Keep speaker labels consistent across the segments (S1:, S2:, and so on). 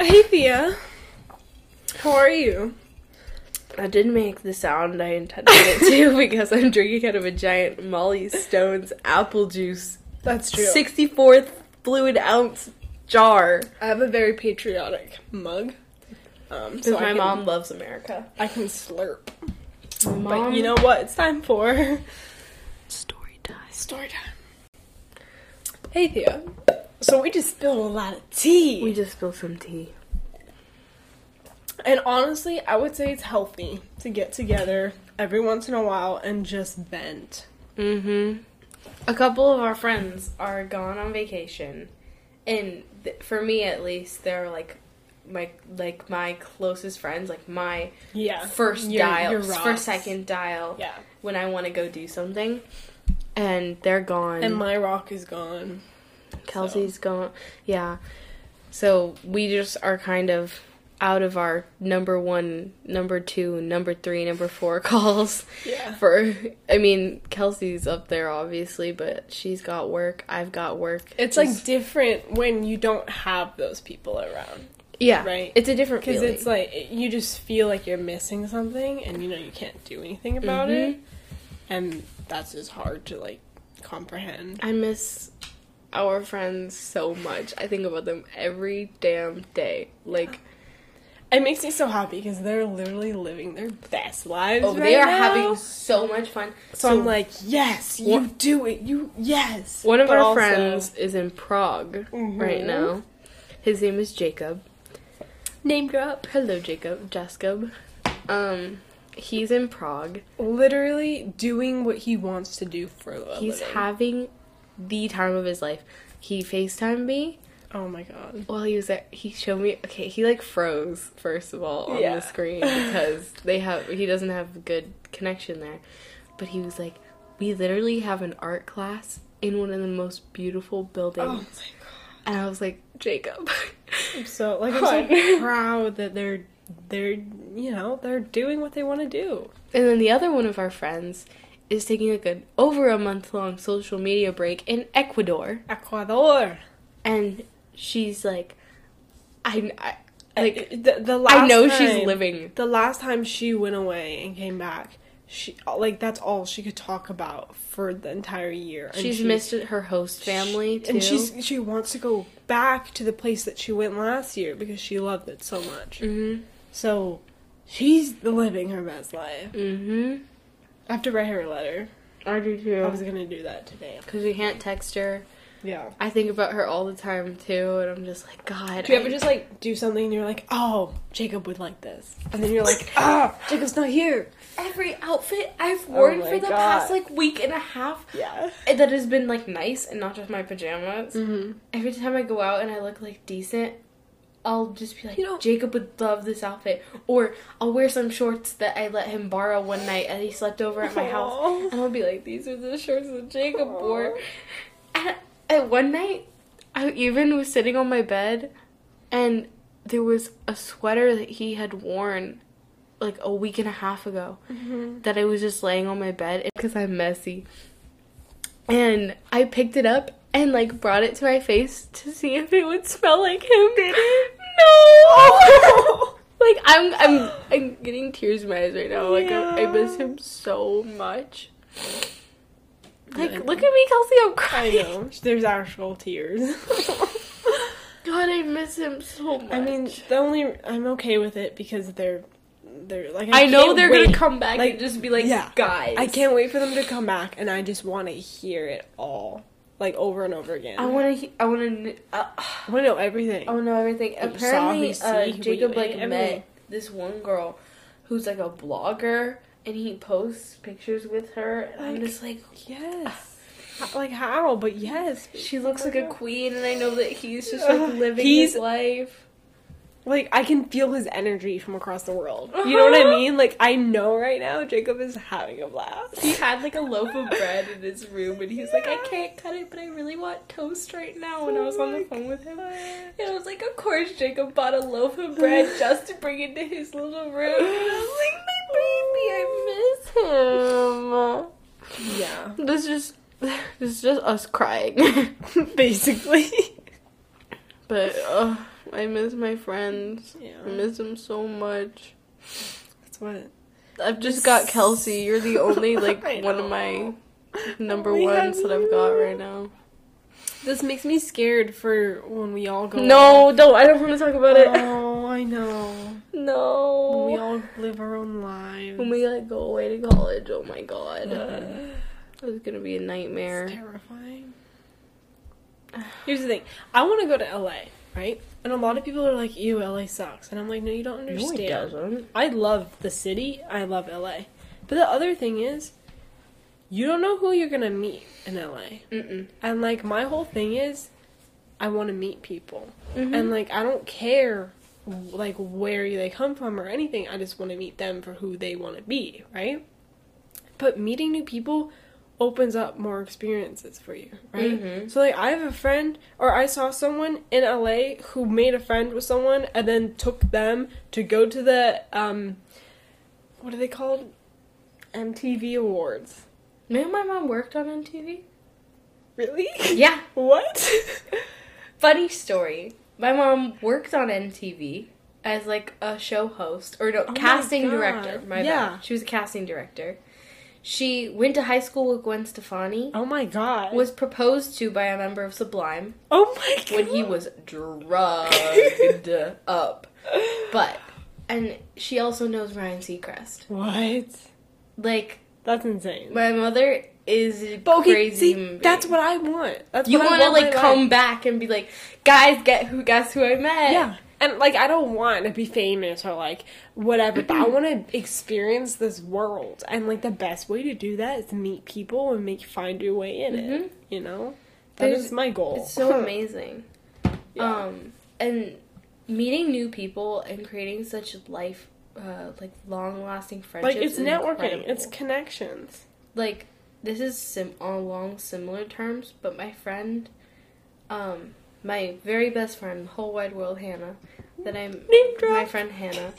S1: Lydia. How are you? I didn't make the sound I intended it to because I'm drinking out of a giant Molly Stone's apple juice,
S2: That's true.
S1: 64th fluid ounce jar.
S2: I have a very patriotic mug. Um,
S1: Because
S2: so I
S1: my
S2: can,
S1: mom loves America.
S2: I can slurp.
S1: My
S2: But you know what? It's time for
S1: story time.
S2: story time. Hey Thea. So we just spilled a lot of tea,
S1: We just spilled some tea.
S2: and honestly, I would say it's healthy to get together every once in a while and just vent.
S1: Mm-hmm. A couple of our friends are gone on vacation, and th- for me at least, they're like my like my closest friends, like my
S2: Yeah.
S1: 1st
S2: Your-
S1: dial,
S2: your rocks.
S1: first second dial.
S2: Yeah.
S1: When I want to go do something, and they're gone.
S2: And my rock is gone.
S1: Kelsey's gone. Yeah. So we just are kind of out of our number one, number two, number three, number four calls.
S2: Yeah.
S1: For I mean, Kelsey's up there obviously, but she's got work. I've got work.
S2: It's like different when you don't have those people around.
S1: yeah,
S2: right.
S1: It's a different
S2: Because
S1: feeling.
S2: it's like it- you just feel like you're missing something, and you know you can't do anything about it, and that's just hard to like comprehend.
S1: I miss our friends so much. I think about them every damn day. Like
S2: It makes me so happy because they're literally living their best lives.
S1: oh, they
S2: right
S1: are
S2: now.
S1: having so much fun.
S2: So, I'm like, yes, you
S1: One-
S2: do it. You yes.
S1: One of
S2: But
S1: our
S2: also-
S1: friends is in Prague right
S2: Mhm.
S1: now. His name is Jacob.
S2: name drop.
S1: Hello, Jacob. Jacob. Um, he's in Prague.
S2: Literally doing what he wants to do for a
S1: He's
S2: living.
S1: having the time of his life. He FaceTimed me
S2: oh my god.
S1: while he was there. He showed me. Okay, he like froze first of all on
S2: Yeah.
S1: the screen because they have. He doesn't have good connection there. But he was like, we literally have an art class in one of the most beautiful buildings.
S2: Oh my god.
S1: And I was like, Jacob.
S2: I'm so like I'm so proud that they're they're you know they're doing what they want to do.
S1: And then the other one of our friends is taking like an over a month long social media break in Ecuador,
S2: Ecuador.
S1: and she's like, I, I
S2: Like
S1: like
S2: the, the last
S1: I know she's
S2: time-
S1: living.
S2: The last time she went away and came back, she like that's all she could talk about for the entire year. And
S1: She's
S2: she-
S1: missed her host family too.
S2: and she's she wants to go back to the place that she went last year because she loved it so much.
S1: mhm
S2: So she's living her best life.
S1: mhm.
S2: I have to write her a letter.
S1: I do
S2: I was
S1: too.
S2: gonna do that today.
S1: Cause we can't text her.
S2: Yeah.
S1: I think about her all the time too, and I'm just like, God.
S2: Do you
S1: I-
S2: ever just like do something and you're like, oh, Jacob would like this, and then you're like, ah, Jacob's not here.
S1: every outfit I've
S2: Oh
S1: worn
S2: my
S1: for the
S2: God.
S1: past like week and a half
S2: Yeah.
S1: and that has been like nice and not just my pajamas.
S2: Mm-hmm.
S1: Every time I go out and I look like decent, I'll just be like,
S2: You know-
S1: Jacob would love this outfit. Or I'll wear some shorts that I let him borrow one night and he slept over at my house. And I'll be like, these are the shorts that Jacob wore. And at one night, I even was sitting on my bed and there was a sweater that he had worn like a week and a half ago that I was just laying on my bed because I'm messy. And I picked it up and like brought it to my face to see if it would smell like him. Did it? No. like I'm I'm I'm getting tears in my eyes right now. Like I, I miss
S2: Yeah.
S1: him so much. Like
S2: Yeah.
S1: look at me, Kelsey. I'm
S2: I
S1: crying.
S2: know. There's actual tears.
S1: God, I miss him so much.
S2: I mean, the only I'm okay with it because they're they're like
S1: I, know
S2: can't
S1: they're
S2: wait.
S1: gonna come back
S2: Like,
S1: and just be like,
S2: yeah.
S1: guys.
S2: I can't wait for them to come back, and I just want to hear it all, like over and over again.
S1: I want to. I want to. Uh,
S2: I want to know everything.
S1: Oh no, everything.
S2: What you saw, who
S1: Apparently,
S2: you see,
S1: uh,
S2: who you
S1: Jacob
S2: ate,
S1: like
S2: everything.
S1: met this one girl who's like a blogger, and he posts pictures with her. And I'm
S2: Like-
S1: just like,
S2: Yes. H- Like how? But yes.
S1: she looks like a queen, and I know that he's just
S2: Ugh,
S1: like living
S2: he's-
S1: his life.
S2: Like I can feel his energy from across the world. You know what I mean? Like I know right now Jacob is having a blast.
S1: He had like a loaf of bread in his room, and he's like, I can't cut it, but I really want toast right now. And I was
S2: Oh
S1: on the phone with him, and I was like, Of course, Jacob bought a loaf of bread just to bring into his little room. And I was like, My baby, I miss him.
S2: Yeah.
S1: This just this is just us crying.
S2: Basically.
S1: but uh, I miss my friends.
S2: Yeah.
S1: I miss them so much.
S2: That's what.
S1: I've just got Kelsey. You're the only like
S2: I
S1: one of my
S2: know.
S1: number
S2: We have
S1: ones that I've got
S2: you.
S1: right now.
S2: This makes me scared for when we all go. on.
S1: No, don't. I don't want to talk about it.
S2: Oh, I know.
S1: No.
S2: When we all live our own lives.
S1: When we like go away to college, oh my god,
S2: Mhm.
S1: it's gonna be a nightmare.
S2: It's terrifying. Here's the thing. I want to go to LA, right? And a lot of people are like, "Ew, LA sucks," and I'm like, "No, you don't understand.
S1: doesn't.
S2: I love the city. I love LA. But the other thing is, you don't know who you're gonna meet in LA.
S1: Mm-mm.
S2: And like my whole thing is, I want to meet people,
S1: Mhm.
S2: and like I don't care like where they come from or anything. I just want to meet them for who they want to be, right? But meeting new people opens up more experiences for you, right?
S1: Mhm.
S2: So like I have a friend or I saw someone in LA who made a friend with someone and then took them to go to the um what are they called? MTV Awards.
S1: Me and my mom worked on MTV.
S2: Really?
S1: Yeah,
S2: what?
S1: funny story. My mom worked on MTV as like a show host or no
S2: Oh my
S1: casting
S2: God.
S1: director. My
S2: Yeah.
S1: bad. She was a casting director. She went to high school with Gwen Stefani.
S2: Oh my god.
S1: Was proposed to by a member of Sublime
S2: oh my god.
S1: when he was drugged up. But and she also knows Ryan Seacrest.
S2: what?
S1: Like
S2: That's insane.
S1: my mother is a
S2: But okay,
S1: crazy.
S2: see,
S1: human
S2: that's
S1: being.
S2: what I want. That's
S1: you
S2: what
S1: want
S2: I
S1: to
S2: want
S1: like
S2: my
S1: come
S2: life.
S1: back and be like, guys, get who guess who I met.
S2: Yeah. And like I don't want to be famous or like whatever, but I want to experience this world. And like the best way to do that is to meet people and make find your way in
S1: Mhm.
S2: it, you know? that is
S1: There's-
S2: my goal.
S1: it's so amazing.
S2: Yeah.
S1: Um, and meeting new people and creating such life, uh, like long lasting friendships.
S2: like it's
S1: is
S2: networking,
S1: incredible.
S2: it's connections.
S1: like this is sim- along similar terms, but my friend, um, my very best friend, the whole wide world, Hannah, that I'm
S2: Name drop.
S1: my friend Hannah.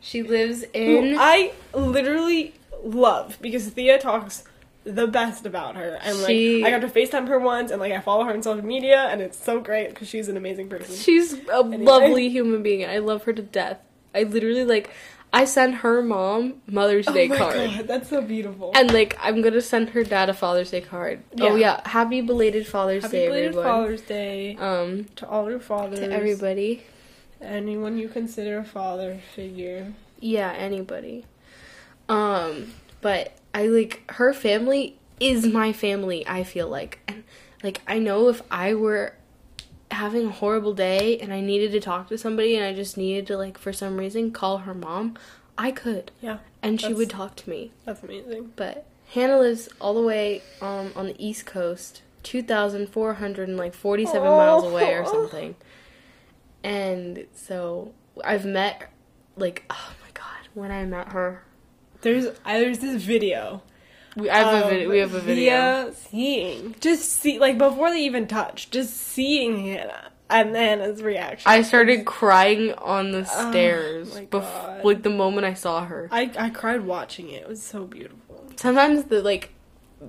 S1: She lives
S2: who
S1: in.
S2: I literally love because Thea talks the best about her. And like
S1: She-
S2: I got to FaceTime her once and like I follow her on social media and it's so great because she's an amazing person.
S1: She's a
S2: Anyway.
S1: lovely human being. I love her to death. I literally like. I send her mom Mother's Day card.
S2: Oh god, that's so beautiful.
S1: And like, I'm gonna send her dad a Father's Day card. Oh
S2: Yeah.
S1: yeah, happy belated Father's Day,
S2: Happy belated
S1: everyone.
S2: Father's Day
S1: um,
S2: to all your fathers.
S1: to everybody.
S2: Anyone you consider a father figure.
S1: Yeah, anybody. Um, but I like her family is my family, I feel like. And like I know if I were having a horrible day and I needed to talk to somebody and I just needed to like for some reason call her mom, I could
S2: Yeah,
S1: and she
S2: That's-
S1: would talk to me.
S2: that's amazing.
S1: But Hannah lives all the way um on the East Coast, two thousand four hundred and like forty seven
S2: Oh.
S1: miles away or
S2: Aw.
S1: something. And so I've met like oh my god, when I met her.
S2: There's I, there's this video.
S1: We I have a
S2: of
S1: video we have a video.
S2: Thea seeing just see like before they even touch, just seeing Hannah and Hannah's reaction.
S1: I started crying on the stairs
S2: Oh my
S1: bef-
S2: God.
S1: like the moment I saw her.
S2: I, I cried watching it. It was so beautiful.
S1: Sometimes the like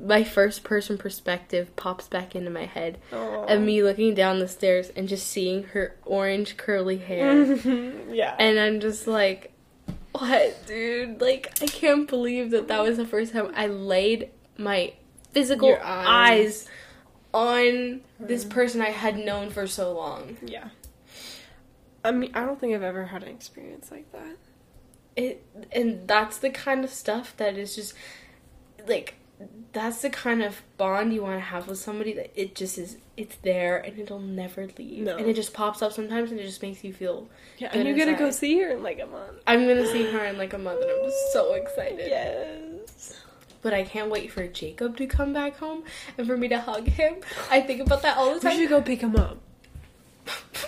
S1: my first person perspective pops back into my head
S2: Oh.
S1: of me looking down the stairs and just seeing her orange curly hair.
S2: yeah.
S1: and I'm just like, what, dude? Like, I can't believe that that was the first time I laid my physical
S2: Your
S1: eyes.
S2: eyes.
S1: on this person I had known for so long.
S2: yeah. I mean, I don't think I've ever had an experience like that.
S1: It and that's the kind of stuff that is just like that's the kind of bond you want to have with somebody that it just is it's there and it'll never leave
S2: No.
S1: and it just pops up sometimes and it just makes you feel
S2: Yeah,
S1: Good
S2: and you get to go
S1: inside.
S2: see her in like a month.
S1: i'm gonna see her in like a month and i'm just so excited
S2: Yes.
S1: But I can't wait for Jacob to come back home and for me to hug him. I think about that all the
S2: We
S1: time.
S2: should go pick him up.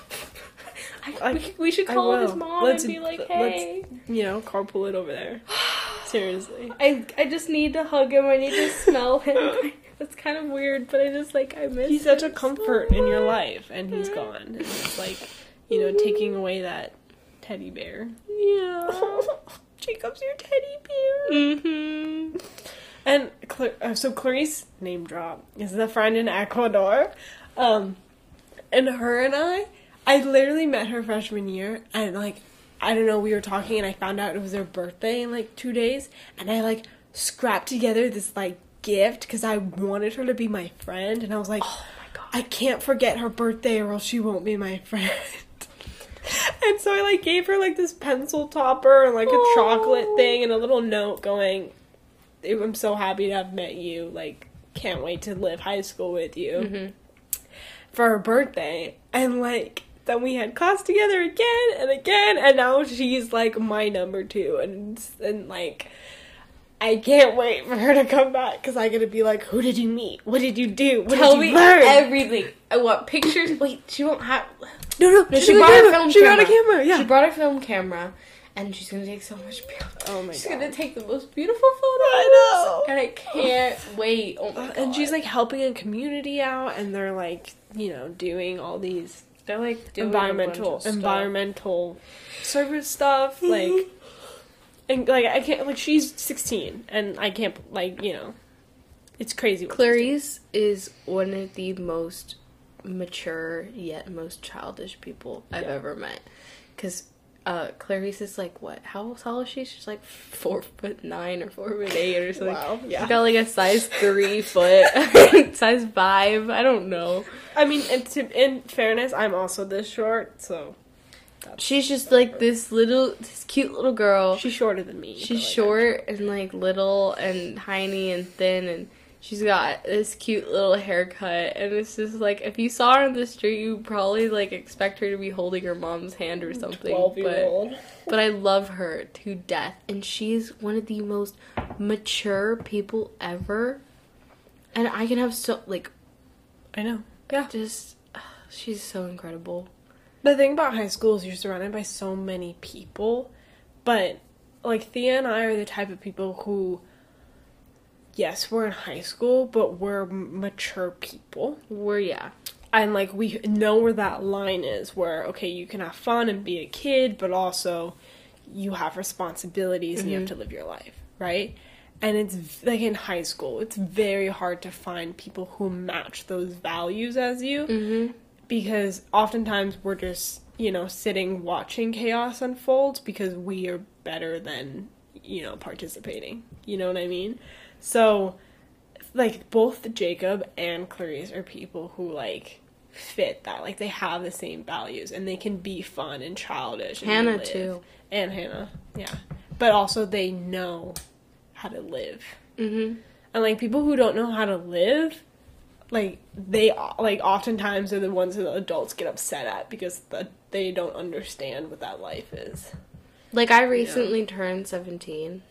S1: I, we, we should
S2: I
S1: call his
S2: will.
S1: mom
S2: Let's-
S1: and be like,
S2: let's-
S1: hey.
S2: You know, carpool it over there. Seriously.
S1: I, I just need to hug him. I need to smell him. That's kind of weird, but I just like, I miss
S2: He's such a
S1: him so Mm-hmm.
S2: comfort in your
S1: much.
S2: life, and he's gone. And it's like, you know, taking away that teddy bear.
S1: Yeah.
S2: Jacob's your teddy bear.
S1: mm-hmm.
S2: And Cla- uh, so Clarice, name drop, is the friend in Ecuador. Um, and her and I, I literally met her freshman year, and like, I don't know, we were talking, and I found out it was her birthday in like two days, and I like scrapped together this like gift because I wanted her to be my friend, and I was like,
S1: Oh my god.
S2: I can't forget her birthday or else she won't be my friend. and so I like gave her like this pencil topper and like a
S1: Aw.
S2: chocolate thing and a little note going, I'm so happy to have met you. Like, can't wait to live high school with you
S1: Mhm.
S2: for her birthday. And like, then we had class together again and again. And now she's like my number two. And, and like, I can't wait for her to come back because I gotta be like, who did you meet? What did you do? What
S1: Tell
S2: did you
S1: me
S2: learn?
S1: everything. I want pictures. Wait, she won't have.
S2: No, no,
S1: No,
S2: she,
S1: she
S2: got
S1: bought
S2: a
S1: a
S2: camera.
S1: film
S2: she got a
S1: camera.
S2: camera. Yeah.
S1: She brought her film camera, and she's gonna take so much. Beautiful.
S2: oh my
S1: She's
S2: god.
S1: gonna take the most beautiful photos.
S2: I know.
S1: And I can't wait. Oh my god.
S2: Oh. and she's like helping a community out, and they're like, you know, doing all these
S1: they're like doing a
S2: environmental
S1: bunch of stuff. Mm-hmm.
S2: environmental service stuff, like. And like I can't like she's sixteen and I can't like you know, it's crazy. what she's doing.
S1: Clarice is one of the most mature yet most childish people I've
S2: Yeah.
S1: ever met. Because uh, Clarice is like, what? How tall is she? She's like four foot nine or four foot eight or something.
S2: Wow, yeah.
S1: She's got like a size three foot, size five. I don't know.
S2: I mean, and to, in fairness, I'm also this short, so
S1: She's just like this little, this cute little girl.
S2: she's shorter than me. but,
S1: She's
S2: like, I'm
S1: short and like little and tiny and thin and she's got this cute little haircut and it's just like if you saw her on the street you would probably like expect her to be holding her mom's hand or something.
S2: 12 year
S1: But
S2: old.
S1: but I love her to death and she's one of the most mature people ever. And I can have so like
S2: I know.
S1: just she's so incredible.
S2: The thing about high school is you're surrounded by so many people, but like Thea and I are the type of people who, yes, we're in high school, but we're m- mature people.
S1: We're yeah.
S2: And like we know where that line is where, okay, you can have fun and be a kid, but also you have responsibilities and you have to live your life, right? And it's v- like in high school, it's very hard to find people who match those values as you
S1: Mhm.
S2: because oftentimes we're just you know sitting watching chaos unfold because we are better than you know participating you know what i mean so like both jacob and clarice are people who like fit that like they have the same values and they can be fun and childish and
S1: Hannah
S2: live.
S1: too.
S2: and hannah yeah but also they know how to live
S1: Mhm.
S2: and like people who don't know how to live like they like oftentimes are the ones that adults get upset at because the, they don't understand what that life is
S1: Like I recently turned 17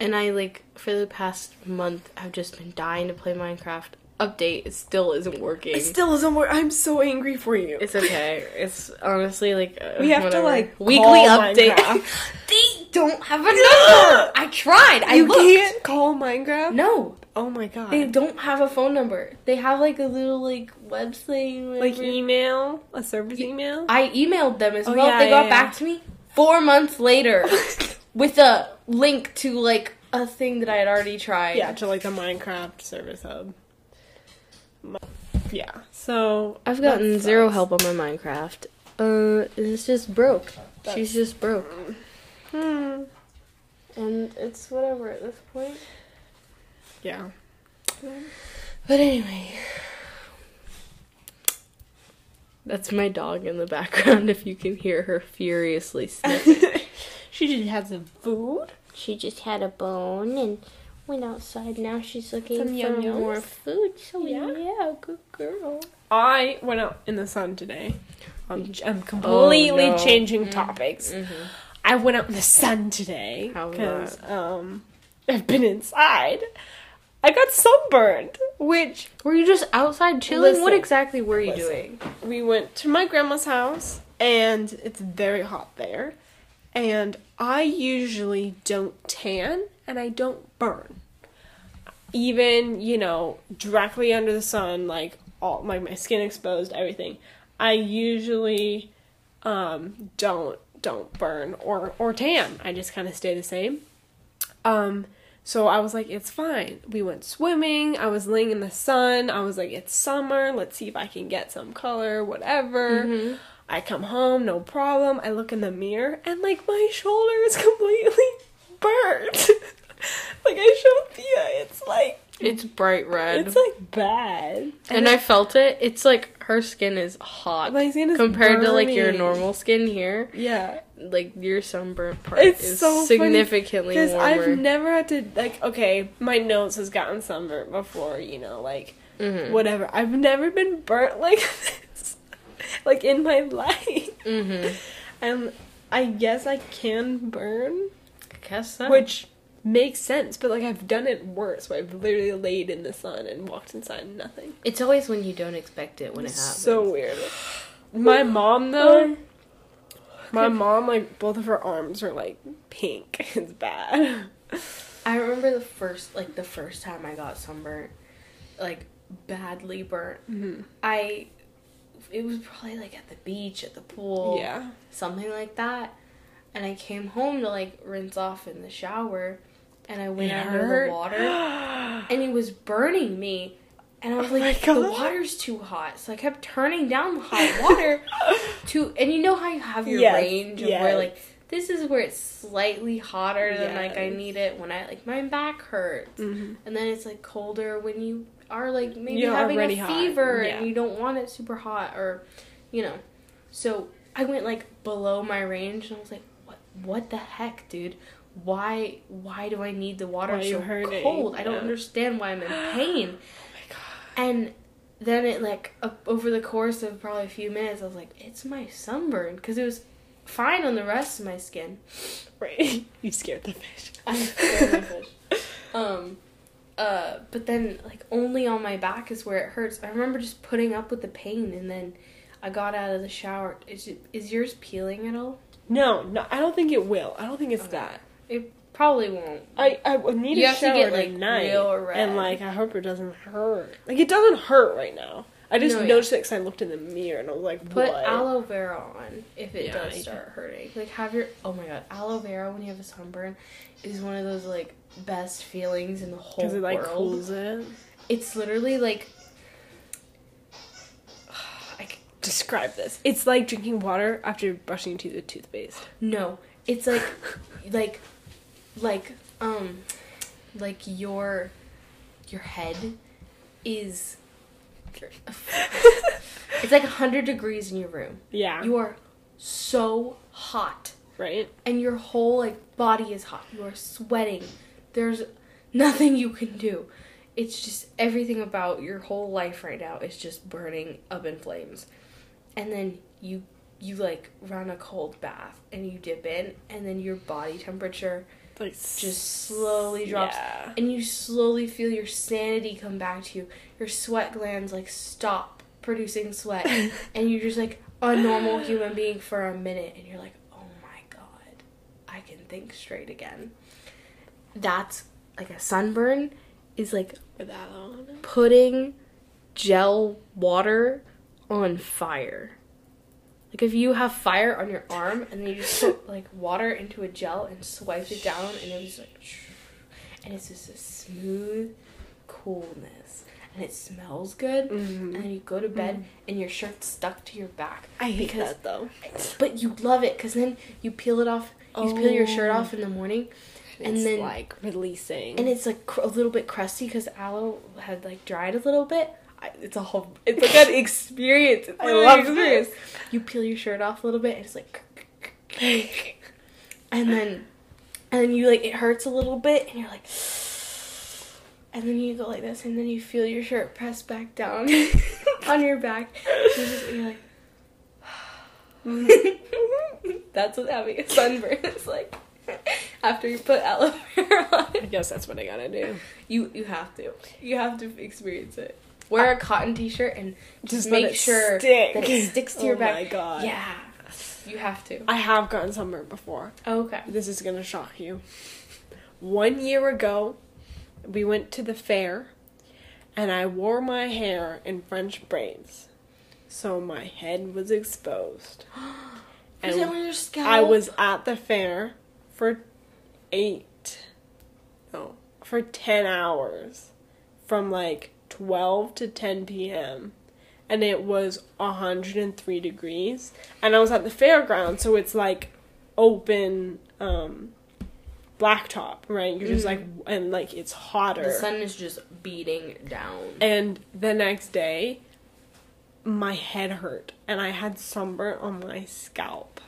S1: and I like for the past month I've just been dying to play Minecraft. Update it still isn't working.
S2: it
S1: It's,
S2: still isn't wor- i'm so angry for you
S1: okay. It's honestly like uh,
S2: We have to,
S1: whatever.
S2: like,
S1: weekly
S2: call
S1: update.
S2: Minecraft.
S1: they don't have a number. I tried. I
S2: you
S1: looked.
S2: can't call minecraft
S1: No,
S2: oh my god
S1: they don't have a phone number. They have like a little like website
S2: like
S1: like
S2: email a service email
S1: I emailed them as
S2: Oh,
S1: well.
S2: yeah,
S1: they got
S2: yeah,
S1: back to me 4 months later with a link to like a thing that I had already tried.
S2: yeah to like the minecraft service hub Mi- yeah so
S1: I've
S2: that
S1: gotten zero
S2: sucks.
S1: help on my Minecraft. Uh, it's just broke.
S2: That's-
S1: She's just broke,
S2: hmm.
S1: and it's whatever at this point.
S2: yeah
S1: But anyway, that's my dog in the background. If you can hear her furiously sniff,
S2: she just had some food
S3: She just had a bone and went outside. Now she's looking
S2: Some
S3: for
S2: yum-yums?
S3: more food. So
S2: Yeah.
S3: yeah. good girl.
S2: I went out in the sun today. I'm,
S1: Oh,
S2: I'm completely
S1: no.
S2: changing topics.
S1: Mm-hmm.
S2: I went out in the sun today
S1: How was
S2: because um, I've been inside. I got sunburned, which
S1: were you just outside chilling? what
S2: Listen.
S1: exactly were you
S2: Listen.
S1: doing?
S2: we went to my grandma's house, and it's very hot there. And I usually don't tan and I don't burn. Even, you know, directly under the sun, like all like my skin exposed, everything. I usually um don't don't burn or or tan. I just kind of stay the same. Um so I was like it's fine. We went swimming. I was laying
S1: Mm-hmm.
S2: in the sun. I was like it's summer. Let's see if I can get some color, whatever. I come home, no problem. I look in the mirror and like my shoulder is completely burnt. like I showed Thea, it's like
S1: It's bright red.
S2: it's like bad.
S1: and I felt it. It's like her skin is hot
S2: My skin is
S1: compared to like your
S2: burning.
S1: normal skin here.
S2: Yeah,
S1: Like your sunburnt part
S2: It's
S1: is
S2: so funny,
S1: significantly
S2: because
S1: warmer.
S2: I've never had to like. Okay, my nose has gotten sunburnt before, you know, like
S1: Mhm.
S2: whatever. I've never been burnt like this, like in my life.
S1: Mhm.
S2: And I guess I can burn,
S1: Guess so.
S2: which makes sense. But like I've done it worse, where I've literally laid in the sun and walked inside and nothing.
S1: it's always when you don't expect it when it happens.
S2: So weird. My mom though, my mom like both of her arms are like pink. It's bad.
S1: I remember the first like the first time I got sunburnt, like badly burnt.
S2: Mhm.
S1: I it was probably like at the beach, at the pool,
S2: Yeah.
S1: something like that. And I came home to like rinse off in the shower and I went
S2: It
S1: under
S2: hurt?
S1: the water and it was burning me. And I was
S2: Oh my
S1: like, the
S2: God.
S1: water's too hot. So I kept turning down the hot water to and you know how you have your
S2: Yes,
S1: range of
S2: yes.
S1: where like this is where it's slightly hotter than like I
S2: Yes.
S1: need it when I like my back hurts
S2: Mhm.
S1: and then it's like colder when you are like maybe
S2: You're
S1: having
S2: already
S1: a
S2: hot,
S1: fever
S2: yeah.
S1: and you don't want it super hot or you know so i went like below my range and i was like what what the heck dude why why do i need the water
S2: Why are you
S1: so
S2: hurting?
S1: cold i don't
S2: Yeah.
S1: understand why i'm in pain
S2: Oh my god.
S1: and then it like o- over the course of probably a few minutes i was like it's my sunburn because it was fine on the rest of my skin
S2: Right. You scared the fish.
S1: I scared my fish. Um, uh, but then like only on my back is where it hurts. I remember just putting up with the pain, and then I got out of the shower. Is it, is yours peeling at all?
S2: No, no, I don't think it will. I don't think it's
S1: Okay.
S2: that.
S1: It probably won't.
S2: I I would need
S1: You
S2: a
S1: have to
S2: shower
S1: get, like,
S2: tonight,
S1: real red.
S2: and like I hope it doesn't hurt. Like it doesn't hurt right now. I just
S1: No, yeah.
S2: noticed it because I looked in the mirror and I was like,
S1: Put
S2: what?
S1: aloe vera on if it
S2: Yeah,
S1: does
S2: I-
S1: start hurting. Like have your oh my god, aloe vera when you have a sunburn is one of those like best feelings in the whole
S2: Because it like
S1: world.
S2: cools it.
S1: It's literally like I c-
S2: Describe this. It's like drinking water after brushing your teeth with toothpaste.
S1: No, it's like, like, like, um, like your, your head is. It's like hundred degrees in your room.
S2: yeah.
S1: You are so hot,
S2: right.
S1: and your whole like body is hot. You are sweating. There's nothing you can do. It's just everything about your whole life right now is just burning up in flames. And then you you like run a cold bath and you dip in and then your body temperature
S2: Like
S1: just slowly drops
S2: Yeah.
S1: and you slowly feel your sanity come back to you. Your sweat glands like stop producing sweat and you're just like a normal human being for a minute and you're like, "Oh my god, I can think straight again." That's like a sunburn is like
S2: With aloe. on it.
S1: putting gel water on fire. Like if you have fire on your arm and then you just put like water into a gel and swipe it down and it was like and it's just a smooth coolness and it smells good and then you go to bed and your shirt's stuck to your back.
S2: Mm-hmm. I hate
S1: because-
S2: that though.
S1: But you love it cuz then you peel it off. You peel your shirt
S2: Oh.
S1: off in the morning and
S2: it's
S1: then
S2: like releasing.
S1: and it's like cr- a little bit crusty because aloe had like dried a little bit. I, it's a whole. It's like an experience. It's
S2: I
S1: like an
S2: love
S1: experience. You peel your shirt off a little bit, and it's like, and then, and then you like it hurts a little bit, and you're like, and then you go like this, and then you feel your shirt pressed back down on your back. You're, just, you're like. oh That's what having a sunburn is like. After you put aloe vera on
S2: I
S1: it,
S2: guess that's what I gotta do.
S1: you you have to. You have to experience it. Wear a cotton t-shirt and
S2: Just
S1: make
S2: let it
S1: sure
S2: stick.
S1: that it sticks to your
S2: oh
S1: back.
S2: my god.
S1: Yeah, you have to.
S2: I have gotten sunburned before.
S1: Okay.
S2: This is gonna shock you. One year ago, we went to the fair, and I wore my hair in French braids, so my head was exposed.
S1: Was it on your scalp?
S2: I was at the fair for eight, no, for 10 hours from like 12 to 10 p.m. and it was 103 degrees and i was at the fairground so it's like open um blacktop right you're just like and like it's hotter
S1: Mm. The sun is just beating down.
S2: and the next day my head hurt and i had sunburn on my scalp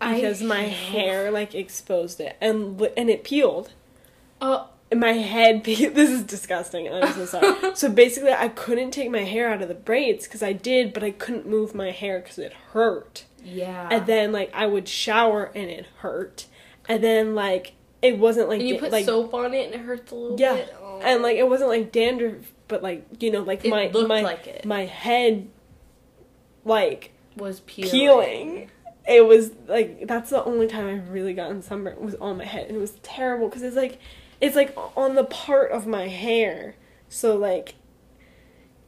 S1: I
S2: because my
S1: know.
S2: hair like exposed it and li- and it peeled
S1: Uh,
S2: and my head pe- this is disgusting and i'm so sorry so basically i couldn't take my hair out of the braids because i did but i couldn't move my hair because it hurt
S1: yeah.
S2: and then like i would shower and it hurt and then like it wasn't like
S1: and you
S2: da-
S1: put
S2: like
S1: soap on it and it hurts a little
S2: Yeah,
S1: bit. Oh.
S2: and like it wasn't like dandruff but like you know like
S1: It
S2: my
S1: looked
S2: my
S1: like it.
S2: my head like
S1: was peeling.
S2: peeling. It was like that's the only time I've really gotten sunburn was on my head, and it was terrible because it's like it's like on the part of my hair, so like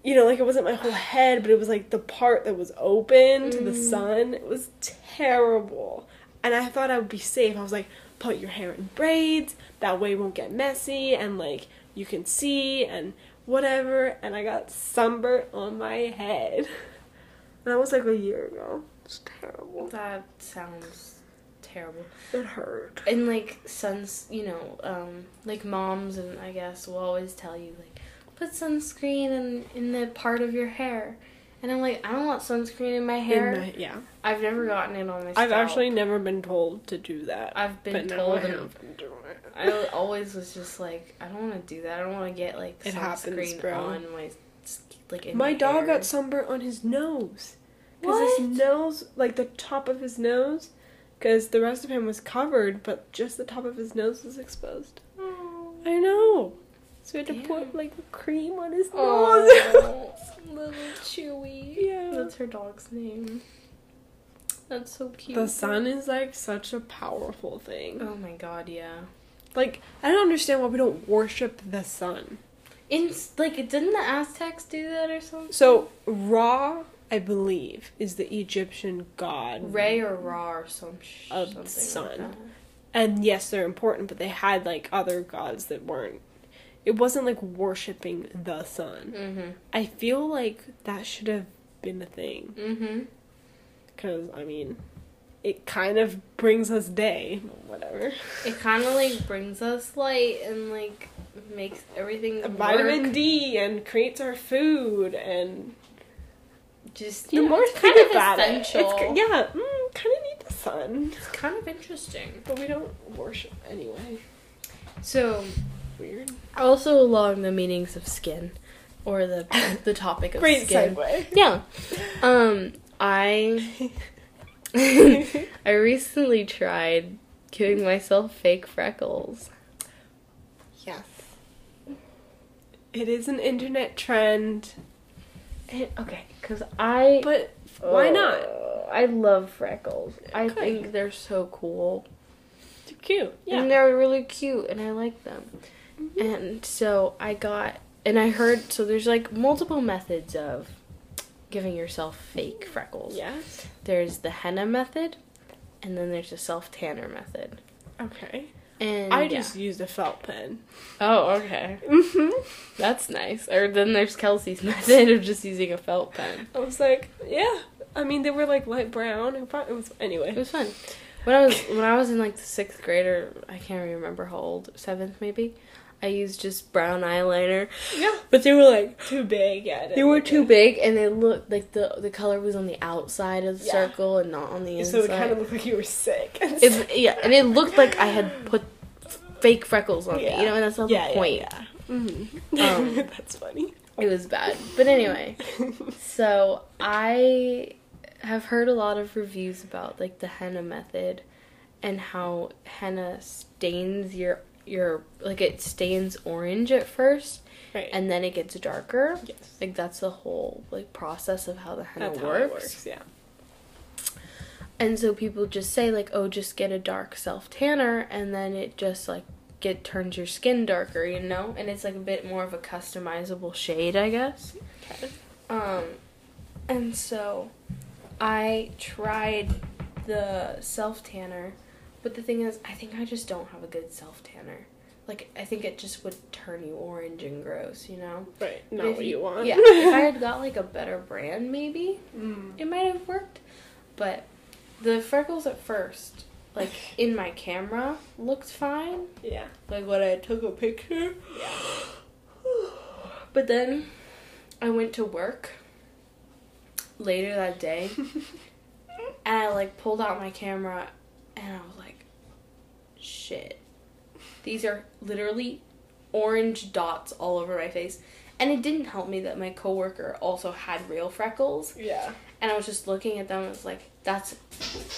S2: you know like it wasn't my whole head, but it was like the part that was open to the sun. It was terrible, and I thought I would be safe. I was like, put your hair in braids. That way it won't get messy, and like you can see and whatever. And I got sunburn on my head. That was like a year ago. It's terrible.
S1: That sounds terrible.
S2: It hurt.
S1: And like suns, you know, um, like moms and I guess will always tell you like put sunscreen in in the part of your hair. And I'm like, I don't want sunscreen in my hair.
S2: yeah.
S1: I've never gotten it on my.
S2: I've
S1: scalp.
S2: actually never been told to do that.
S1: I've been
S2: but
S1: told
S2: now I
S1: and
S2: have been doing it.
S1: I al- always was just like, I don't want to do that. I don't want to get like
S2: It happens,
S1: sunscreen
S2: bro.
S1: on my s- like. In
S2: My dog
S1: hair.
S2: got sunburn on his nose. Because
S1: What?
S2: his nose, like the top of his nose, because the rest of him was covered, but just the top of his nose was exposed. I know. So we had to
S1: Damn.
S2: put like cream on his nose.
S1: Oh, little Chewy.
S2: Yeah.
S1: that's her dog's name. That's so cute.
S2: the sun is like such a powerful thing.
S1: Oh my god, yeah.
S2: Like I don't understand why we don't worship the sun.
S1: In s- like, didn't the Aztecs do that or something?
S2: So Ra, I believe, is the Egyptian god.
S1: Ray or Ra or some sh-
S2: Of
S1: something like
S2: sun.
S1: that.
S2: And yes, they're important, but they had like other gods that weren't. It wasn't like worshiping the sun.
S1: Mhm.
S2: I feel like that should have been a thing
S1: Mhm.
S2: because I mean, it kind of brings us day, whatever.
S1: It kind of like brings us light and like makes everything
S2: Vitamin
S1: work.
S2: D and creates our food and
S1: Just
S2: the
S1: you know,
S2: more I
S1: it's
S2: think
S1: kind of
S2: about
S1: essential.
S2: it, it's, ki- yeah, mm, kind of need the sun,
S1: It's kind of interesting.
S2: but we don't worship anyway.
S1: So,
S2: Weird.
S1: also along the meanings of skin, or the the topic of
S2: Great
S1: skin.
S2: segue.
S1: Yeah. Um, I I recently tried giving myself fake freckles.
S2: Yes. It is an internet trend,
S1: okay, cuz I Oh,
S2: but why not?
S1: I love freckles. I
S2: Okay.
S1: think they're so cool.
S2: It's cute.
S1: And
S2: Yeah. Mm-hmm.
S1: they're really cute and I like them. And so I got and I heard so there's like multiple methods of giving yourself fake freckles.
S2: Yes.
S1: There's the henna method and then there's the self tanner method.
S2: Okay.
S1: And
S2: I
S1: yeah.
S2: just used a felt pen.
S1: Oh, okay.
S2: Mm-hmm.
S1: That's nice. Or then there's Kelsey's method of just using a felt pen.
S2: I was like, yeah. I mean, they were like light brown. It probably was
S1: It
S2: anyway.
S1: was fun. When I was when I was in like the sixth grade or I can't really remember how old, seventh maybe, I used just brown eyeliner.
S2: Yeah.
S1: But they were like
S2: Too big. Yeah.
S1: they were too big and they looked like the the color was on the outside of the
S2: Yeah.
S1: circle and not on the
S2: big.
S1: inside.
S2: So it kind of looked like you were sick.
S1: It- yeah, and it looked like I had put fake freckles on me,
S2: Yeah.
S1: you know, and that's not the point.
S2: Yeah. Mm-hmm.
S1: Um,
S2: That's funny.
S1: It was bad. But anyway, So I have heard a lot of reviews about like the henna method and how henna stains your your like it stains orange at first
S2: Right.
S1: and then it gets darker.
S2: yes.
S1: Like that's the whole like process of how the henna
S2: That's how
S1: works.
S2: it works. Yeah.
S1: And so people just say like, "Oh, just get a dark self tanner," and then it just like get turns your skin darker, you know. And it's like a bit more of a customizable shade, I guess.
S2: Okay.
S1: Um, and so I tried the self tanner, but the thing is, I think I just don't have a good self tanner. like I think it just would turn you orange and gross, you know.
S2: Right.
S1: But
S2: Not
S1: if
S2: what you want.
S1: Yeah, if I had got like a better brand, maybe
S2: Mm.
S1: it might have worked. But the freckles at first, like in my camera, looked fine.
S2: Yeah.
S1: Like when I took a picture. But then I went to work later that day and I like pulled out my camera and I was like, shit. These are literally orange dots all over my face. And it didn't help me that my coworker also had real freckles.
S2: yeah.
S1: And I was just looking at them and was like, that's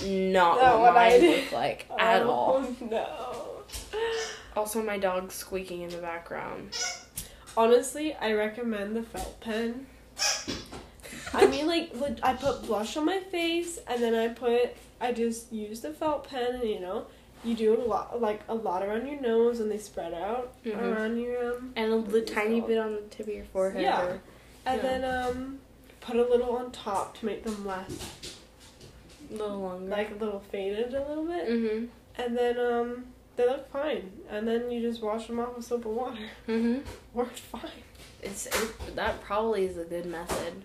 S1: not
S2: Not
S1: what,
S2: what I
S1: mine
S2: did.
S1: look like at
S2: Oh,
S1: all.
S2: No.
S1: Also, my dog squeaking in the background.
S2: Honestly, I recommend the felt pen. I mean, like, leg- I put blush on my face, and then I put, I just use the felt pen, and you know, you do a lot, like a lot around your nose, and they spread out
S1: Mhm.
S2: around your um,
S1: And a little tiny bit on the tip of your forehead.
S2: Yeah.
S1: or-
S2: and
S1: Yeah.
S2: then um, put a little on top to make them last,
S1: A little longer.
S2: like a little faded a little bit,
S1: Mhm.
S2: and then um, they look fine, and then you just wash them off with soap and water.
S1: Mhm.
S2: Worked fine.
S1: It's it, that probably is a good method.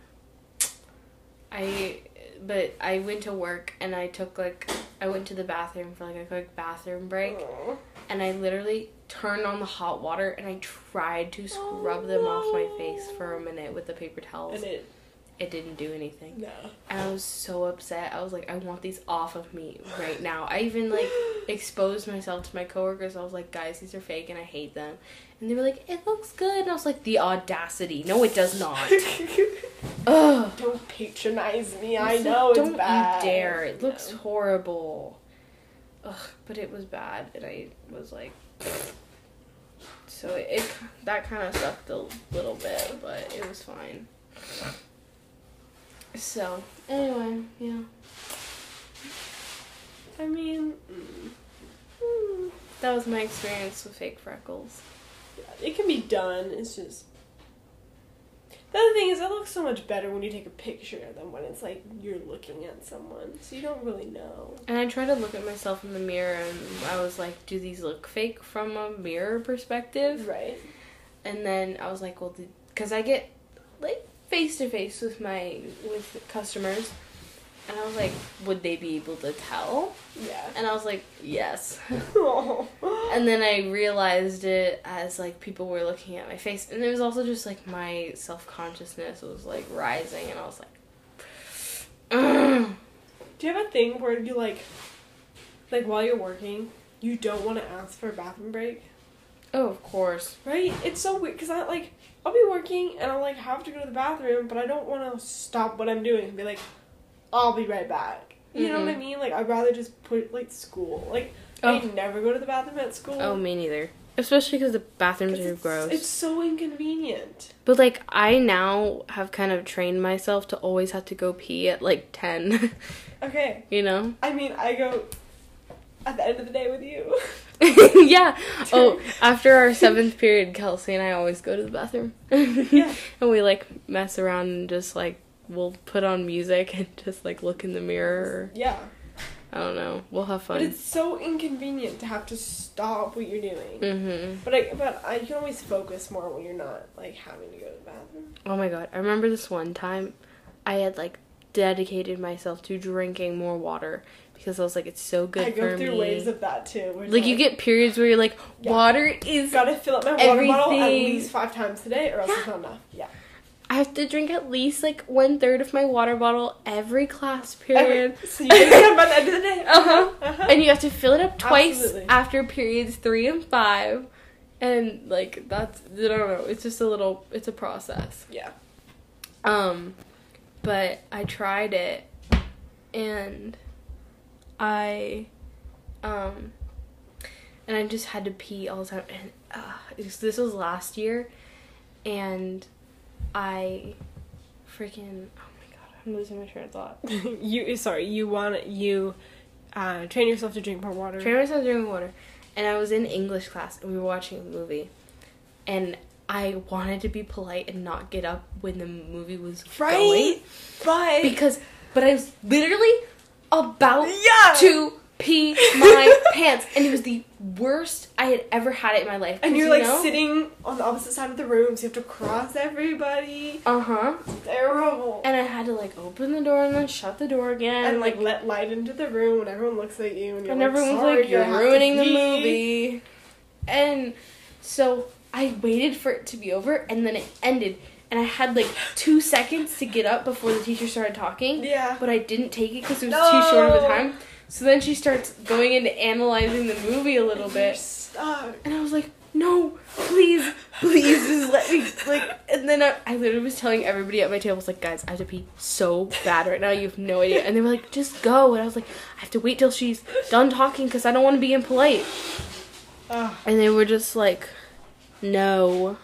S1: I but I went to work and I took like I went to the bathroom for like a quick bathroom break
S2: Aw.
S1: and I literally turned on the hot water and I tried to
S2: Oh,
S1: scrub them off my
S2: no.
S1: face for a minute with the paper towels.
S2: And
S1: It,
S2: it
S1: didn't do anything.
S2: no.
S1: And I was so upset. I was like, I want these off of me right now. I even like exposed myself to my coworkers. I was like, guys, these are fake and I hate them. And they were like, it looks good. And I was like, the audacity. No, it does not. Ugh.
S2: Don't patronize me. I
S1: It's like,
S2: know it's
S1: Don't
S2: bad.
S1: you dare. It
S2: No.
S1: looks horrible. Ugh, but it was bad. And I was like, so it, it that kind of sucked a little bit, but it was fine. So, anyway, yeah.
S2: I mean, mm, mm,
S1: That was my experience with fake freckles.
S2: yeah, it can be done. It's just. The other thing is, it looks so much better when you take a picture than when it's like you're looking at someone, so you don't really know.
S1: And I tried to look at myself in the mirror and I was like, do these look fake from a mirror perspective?
S2: Right.
S1: And then I was like, well, because I get like face to face with my with customers, and I was like, would they be able to tell?
S2: Yeah.
S1: And I was like, yes.
S2: Oh.
S1: and then I realized it as like people were looking at my face, and it was also just like my self consciousness was like rising, and I was like, "Ugh."
S2: Do you have a thing where you like, like while you're working, you don't want to ask for a bathroom break?
S1: oh, of course.
S2: Right? It's so weird because I like I'll be working and I'll like have to go to the bathroom, but I don't want to stop what I'm doing and be like, I'll be right back. You know what I
S1: Mhm.
S2: mean? Like I'd rather just put like school. Like I
S1: Oh.
S2: never go to the bathroom at school.
S1: Oh, me neither. Especially because the bathrooms
S2: 'cause
S1: are
S2: it's,
S1: gross.
S2: It's so inconvenient.
S1: But like I now have kind of trained myself to always have to go pee at like 10,
S2: Okay,
S1: you know?
S2: I mean I go at the end of the day with you.
S1: yeah. Oh, after our 7th period, Kelsey and I always go to the bathroom.
S2: Yeah.
S1: And we like mess around and just like we'll put on music and just like look in the mirror.
S2: yeah,
S1: I don't know. We'll have
S2: but
S1: fun.
S2: it's so inconvenient to have to stop what you're doing.
S1: Mhm.
S2: But I but I you can always focus more when you're not like having to go to the bathroom.
S1: Oh my god. I remember this one time I had like dedicated myself to drinking more water because I was like it's so good
S2: I
S1: for
S2: go through
S1: me.
S2: waves of that too. where it's
S1: like you get periods where you're like
S2: Yeah.
S1: water is
S2: gotta fill up my water bottle at
S1: Everything.
S2: least five times today, or else it's not enough. Yeah.
S1: I have to drink at least like one third of my water bottle every class period.
S2: Every- so you get done by the end of the day.
S1: Uh-huh.
S2: Uh-huh.
S1: And you have to fill it up twice
S2: Absolutely.
S1: after periods three and five. And like that's I don't know, it's just a little it's a process.
S2: yeah.
S1: Um but I tried it and I um and I just had to pee all the time and uh, this was last year and I freaking oh my god I'm losing my train of thought
S2: you sorry. You want you uh, train yourself to drink more water.
S1: Train myself drinking water. And I was in English class and we were watching a movie. And I wanted to be polite and not get up when the movie was
S2: right,
S1: going.
S2: but
S1: Because, but I was literally about
S2: yeah,
S1: to pee my pants, and it was the worst I had ever had it in my life.
S2: And
S1: 'Cause,
S2: you're
S1: you
S2: like
S1: know-
S2: sitting on the opposite side of the room, so you have to cross everybody.
S1: Uh huh.
S2: Terrible.
S1: And I had to like open the door and then shut the door again.
S2: And, like let light into the room when everyone looks at you and you're
S1: and
S2: like,
S1: everyone's
S2: "Sorry,
S1: like,
S2: I
S1: "You're
S2: have to
S1: ruining the
S2: pee."
S1: movie." And so I waited for it to be over, and then it ended. And I had like two seconds to get up before the teacher started talking.
S2: Yeah.
S1: but I didn't take it because it was
S2: No.
S1: too short of a time. So then she starts going into analyzing the movie a little
S2: You're
S1: bit,
S2: stuck.
S1: and I was like, "No, please, please, just let me." Like, and then I, I literally was telling everybody at my table, I was like, "Guys, I have to pee so bad right now. You have no idea." And they were like, "Just go," and I was like, "I have to wait till she's done talking because I don't want to be impolite."
S2: Ugh.
S1: And they were just like, "No."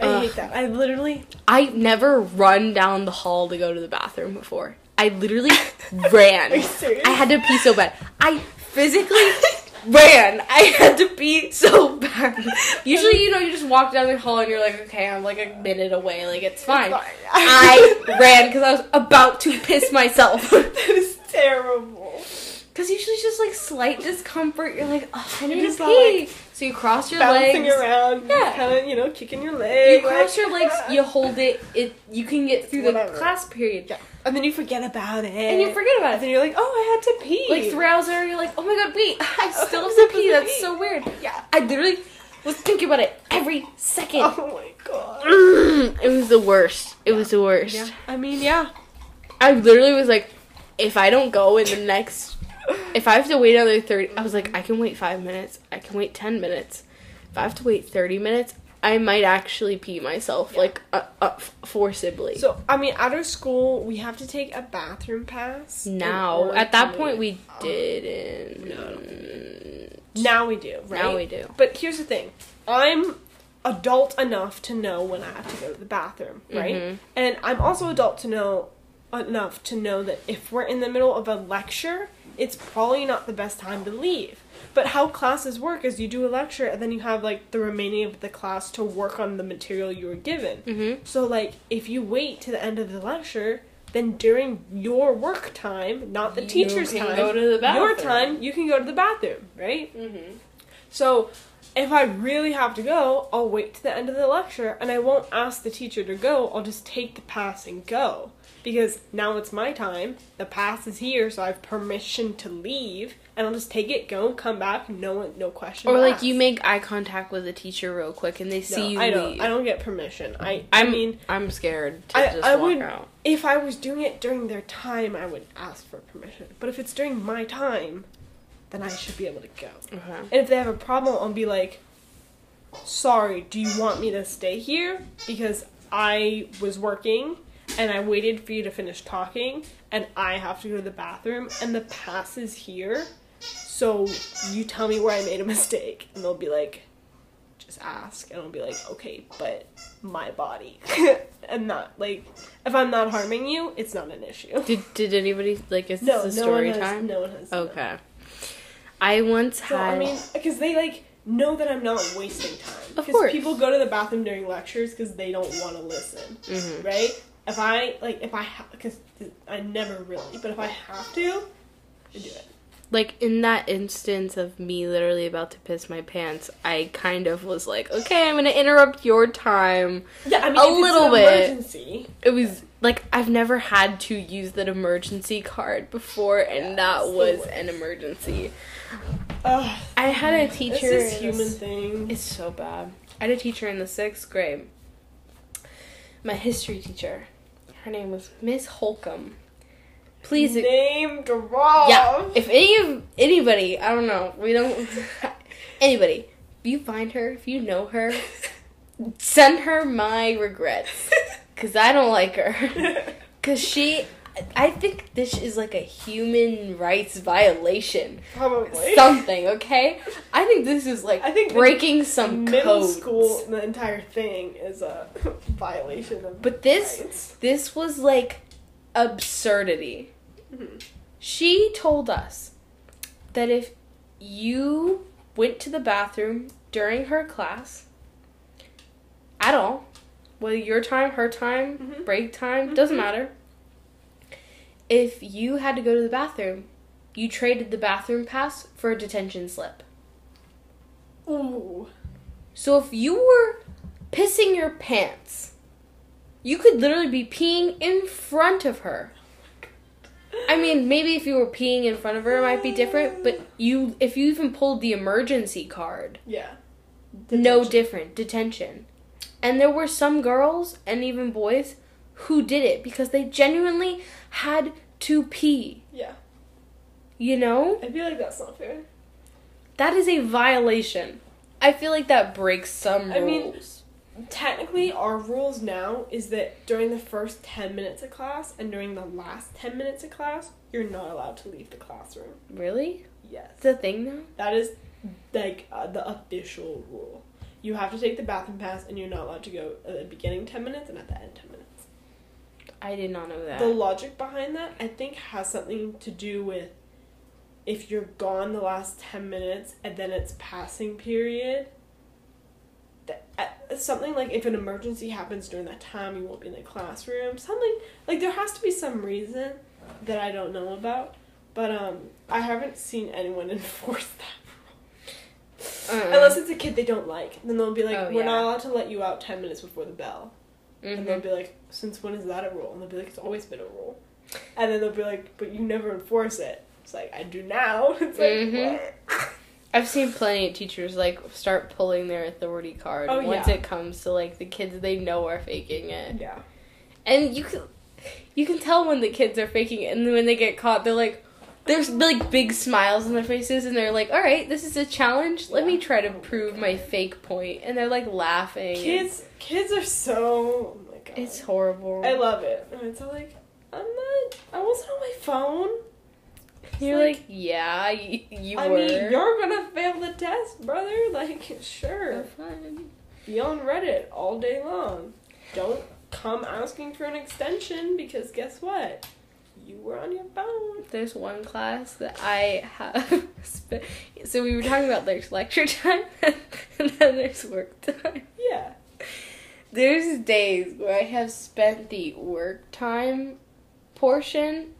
S2: I
S1: Ugh.
S2: hate that. I literally
S1: I never run down the hall to go to the bathroom before. I literally ran.
S2: Are you serious?
S1: I had to pee so bad. I physically ran. I had to pee so bad. Usually, you know, you just walk down the hall and you're like, okay, I'm like a minute away. Like, it's fine. I ran because I was about to piss myself.
S2: that is terrible.
S1: Because usually, it's just like slight discomfort. You're like, oh, I need
S2: You're just
S1: to
S2: all,
S1: pee. so you cross your
S2: Bouncing
S1: legs.
S2: around,
S1: Yeah.
S2: kind of you know kicking your
S1: You
S2: leg.
S1: cross
S2: like,
S1: your legs.
S2: "Ah."
S1: You hold it. It. You can get through
S2: Whatever.
S1: the class period.
S2: Yeah. And then you forget about it.
S1: And you forget about it.
S2: And then you're like, oh, I had to pee.
S1: Like three hours later, you're like, oh my god, wait, I still have
S2: I'm
S1: to
S2: supposed
S1: pee.
S2: to
S1: That's
S2: pee.
S1: so weird.
S2: Yeah.
S1: I literally was thinking about it every second.
S2: Oh my god.
S1: it was the worst. It was the worst.
S2: Yeah. I mean, yeah.
S1: I literally was like, if I don't go in the next, if I have to wait another 30, I was like, I can wait five minutes. I can wait 10 minutes. If I have to wait 30 minutes, I might actually pee myself, like, uh, uh, forcibly.
S2: So I mean, out of school, we have to take a bathroom pass. in
S1: now,
S2: order
S1: at that
S2: to-
S1: point, we didn't.
S2: now we do. Right?
S1: Now we do.
S2: But here's the thing. I'm adult enough to know when I have to go to the bathroom, right?
S1: Mhm.
S2: And I'm also adult to know enough to know that if we're in the middle of a lecture, it's probably not the best time to leave. But how classes work is you do a lecture and then you have like the remaining of the class to work on the material you were given.
S1: Mm-hmm.
S2: So like if you wait to the end of the lecture, then during your work time, not the
S1: You
S2: teacher's
S1: can
S2: time,
S1: go to the
S2: your
S1: bathroom.
S2: time, you can go to the bathroom, right?
S1: Mm-hmm.
S2: So if I really have to go, I'll wait to the end of the lecture and I won't ask the teacher to go. I'll just take the pass and go. Because now it's my time. The pass is here, so I have permission to leave, and I'll just take it, go, come back, no one, no question.
S1: Or like
S2: asked.
S1: you make eye contact with a teacher real quick and they
S2: No,
S1: see you
S2: I don't.
S1: leave.
S2: I don't get permission. I. I
S1: I'm,
S2: mean,
S1: I'm scared to
S2: I-
S1: just
S2: I
S1: walk
S2: would-
S1: out.
S2: if I was doing it during their time, I would ask for permission. But if it's during my time, then I should be able to go.
S1: Okay.
S2: And if they have a problem, I'll be like, sorry, do you want me to stay here? Because I was working and I waited for you to finish talking and I have to go to the bathroom and the pass is here. So you tell me where I made a mistake. And they'll be like, just ask. And I'll be like, okay, but my body. and not like, if I'm not harming you, it's not an issue.
S1: Did Did anybody like? Is
S2: No,
S1: this a
S2: no
S1: story
S2: one has,
S1: time?
S2: No one has.
S1: Okay. I once
S2: So
S1: had.
S2: I mean, because they like know that I'm not wasting time.
S1: Of
S2: 'Cause
S1: course.
S2: people go to the bathroom during lectures because they don't want to listen,
S1: Mhm.
S2: right? If I like, if I because I never really, but if I have to, I do it.
S1: like in that instance of me literally about to piss my pants, I kind of was like, okay, I'm gonna interrupt your time.
S2: Yeah, I mean,
S1: A
S2: if
S1: little
S2: it's
S1: bit.
S2: an emergency.
S1: It was like I've never had to use that emergency card before, and
S2: it's
S1: that
S2: the
S1: was
S2: worst.
S1: an emergency.
S2: Ugh,
S1: I had a
S2: it's
S1: teacher.
S2: this
S1: in the
S2: human thing.
S1: It's so bad. I had a teacher in the sixth grade. My history teacher. Her name was Miss Holcomb. Please,
S2: name drop.
S1: yeah. If any of anybody, I don't know, we don't. anybody, if you find her, if you know her, send her my regrets, cause I don't like her. Cause she, I think this is like a human rights violation.
S2: Probably
S1: Something, okay? I think this is like
S2: I think
S1: breaking some
S2: middle
S1: codes.
S2: school. The entire thing is a violation of.
S1: But this-
S2: rights.
S1: This was like absurdity.
S2: Mhm.
S1: She told us that if you went to the bathroom during her class at all, whether your time, her time,
S2: Mhm.
S1: break time, doesn't
S2: Mhm.
S1: matter, if you had to go to the bathroom, You traded the bathroom pass for a detention slip.
S2: Ooh.
S1: So if you were pissing your pants, you could literally be peeing in front of her. I mean, maybe if you were peeing in front of her, it might be different. But you, if you even pulled the emergency card,
S2: Yeah.
S1: no
S2: Detention.
S1: different detention. And there were some girls and even boys who did it because they genuinely had to pee.
S2: Yeah.
S1: You know.
S2: I feel like that's not fair.
S1: That is a violation. I feel like that breaks some rules.
S2: I mean- Technically, Mm-hmm. our rules now is that during the first 10 minutes of class and during the last 10 minutes of class, you're not allowed to leave the classroom.
S1: really?
S2: Yes.
S1: It's a thing now?
S2: That is like uh, the official rule. You have to take the bathroom pass and you're not allowed to go at the beginning 10 minutes and at the end 10 minutes.
S1: I did not know that.
S2: The logic behind that, I think, has something to do with if you're gone the last 10 minutes and then it's passing period. that- uh, Something like if an emergency happens during that time, you won't be in the classroom. Something like there has to be some reason that I don't know about, but um, I haven't seen anyone enforce that rule.
S1: Uh-uh.
S2: Unless it's a kid they don't like, then they'll be like,
S1: Oh,
S2: "We're
S1: yeah.
S2: not allowed to let you out ten minutes before the bell," and they'll
S1: Mhm.
S2: be like, "Since when is that a rule?" And they'll be like, "It's always been a rule," and then they'll be like, "But you never enforce it." It's like I do now. It's like
S1: Mhm.
S2: what?
S1: I've seen plenty of teachers like start pulling their authority card
S2: Oh,
S1: once
S2: yeah.
S1: it comes to like the kids they know are faking it.
S2: yeah,
S1: And you can you can tell when the kids are faking it and then when they get caught they're like there's like big smiles on their faces and they're like, "All right, this is a challenge. Let me
S2: Yeah.
S1: try to
S2: Oh my
S1: prove my fake point." And they're like laughing. and-
S2: kids, kids are so. Oh my god,
S1: It's horrible.
S2: I love it. And it's all like, I'm not. I wasn't on my phone.
S1: You're
S2: like-
S1: like, yeah, y- you
S2: I
S1: were.
S2: mean, you're gonna fail the test, brother. Like, sure. be on Reddit all day long. Don't come asking for an extension because guess what? You were on your phone.
S1: There's one class that I have. Sp- so we were talking about there's lecture time and then there's work time.
S2: Yeah.
S1: There's days where I have spent the work time portion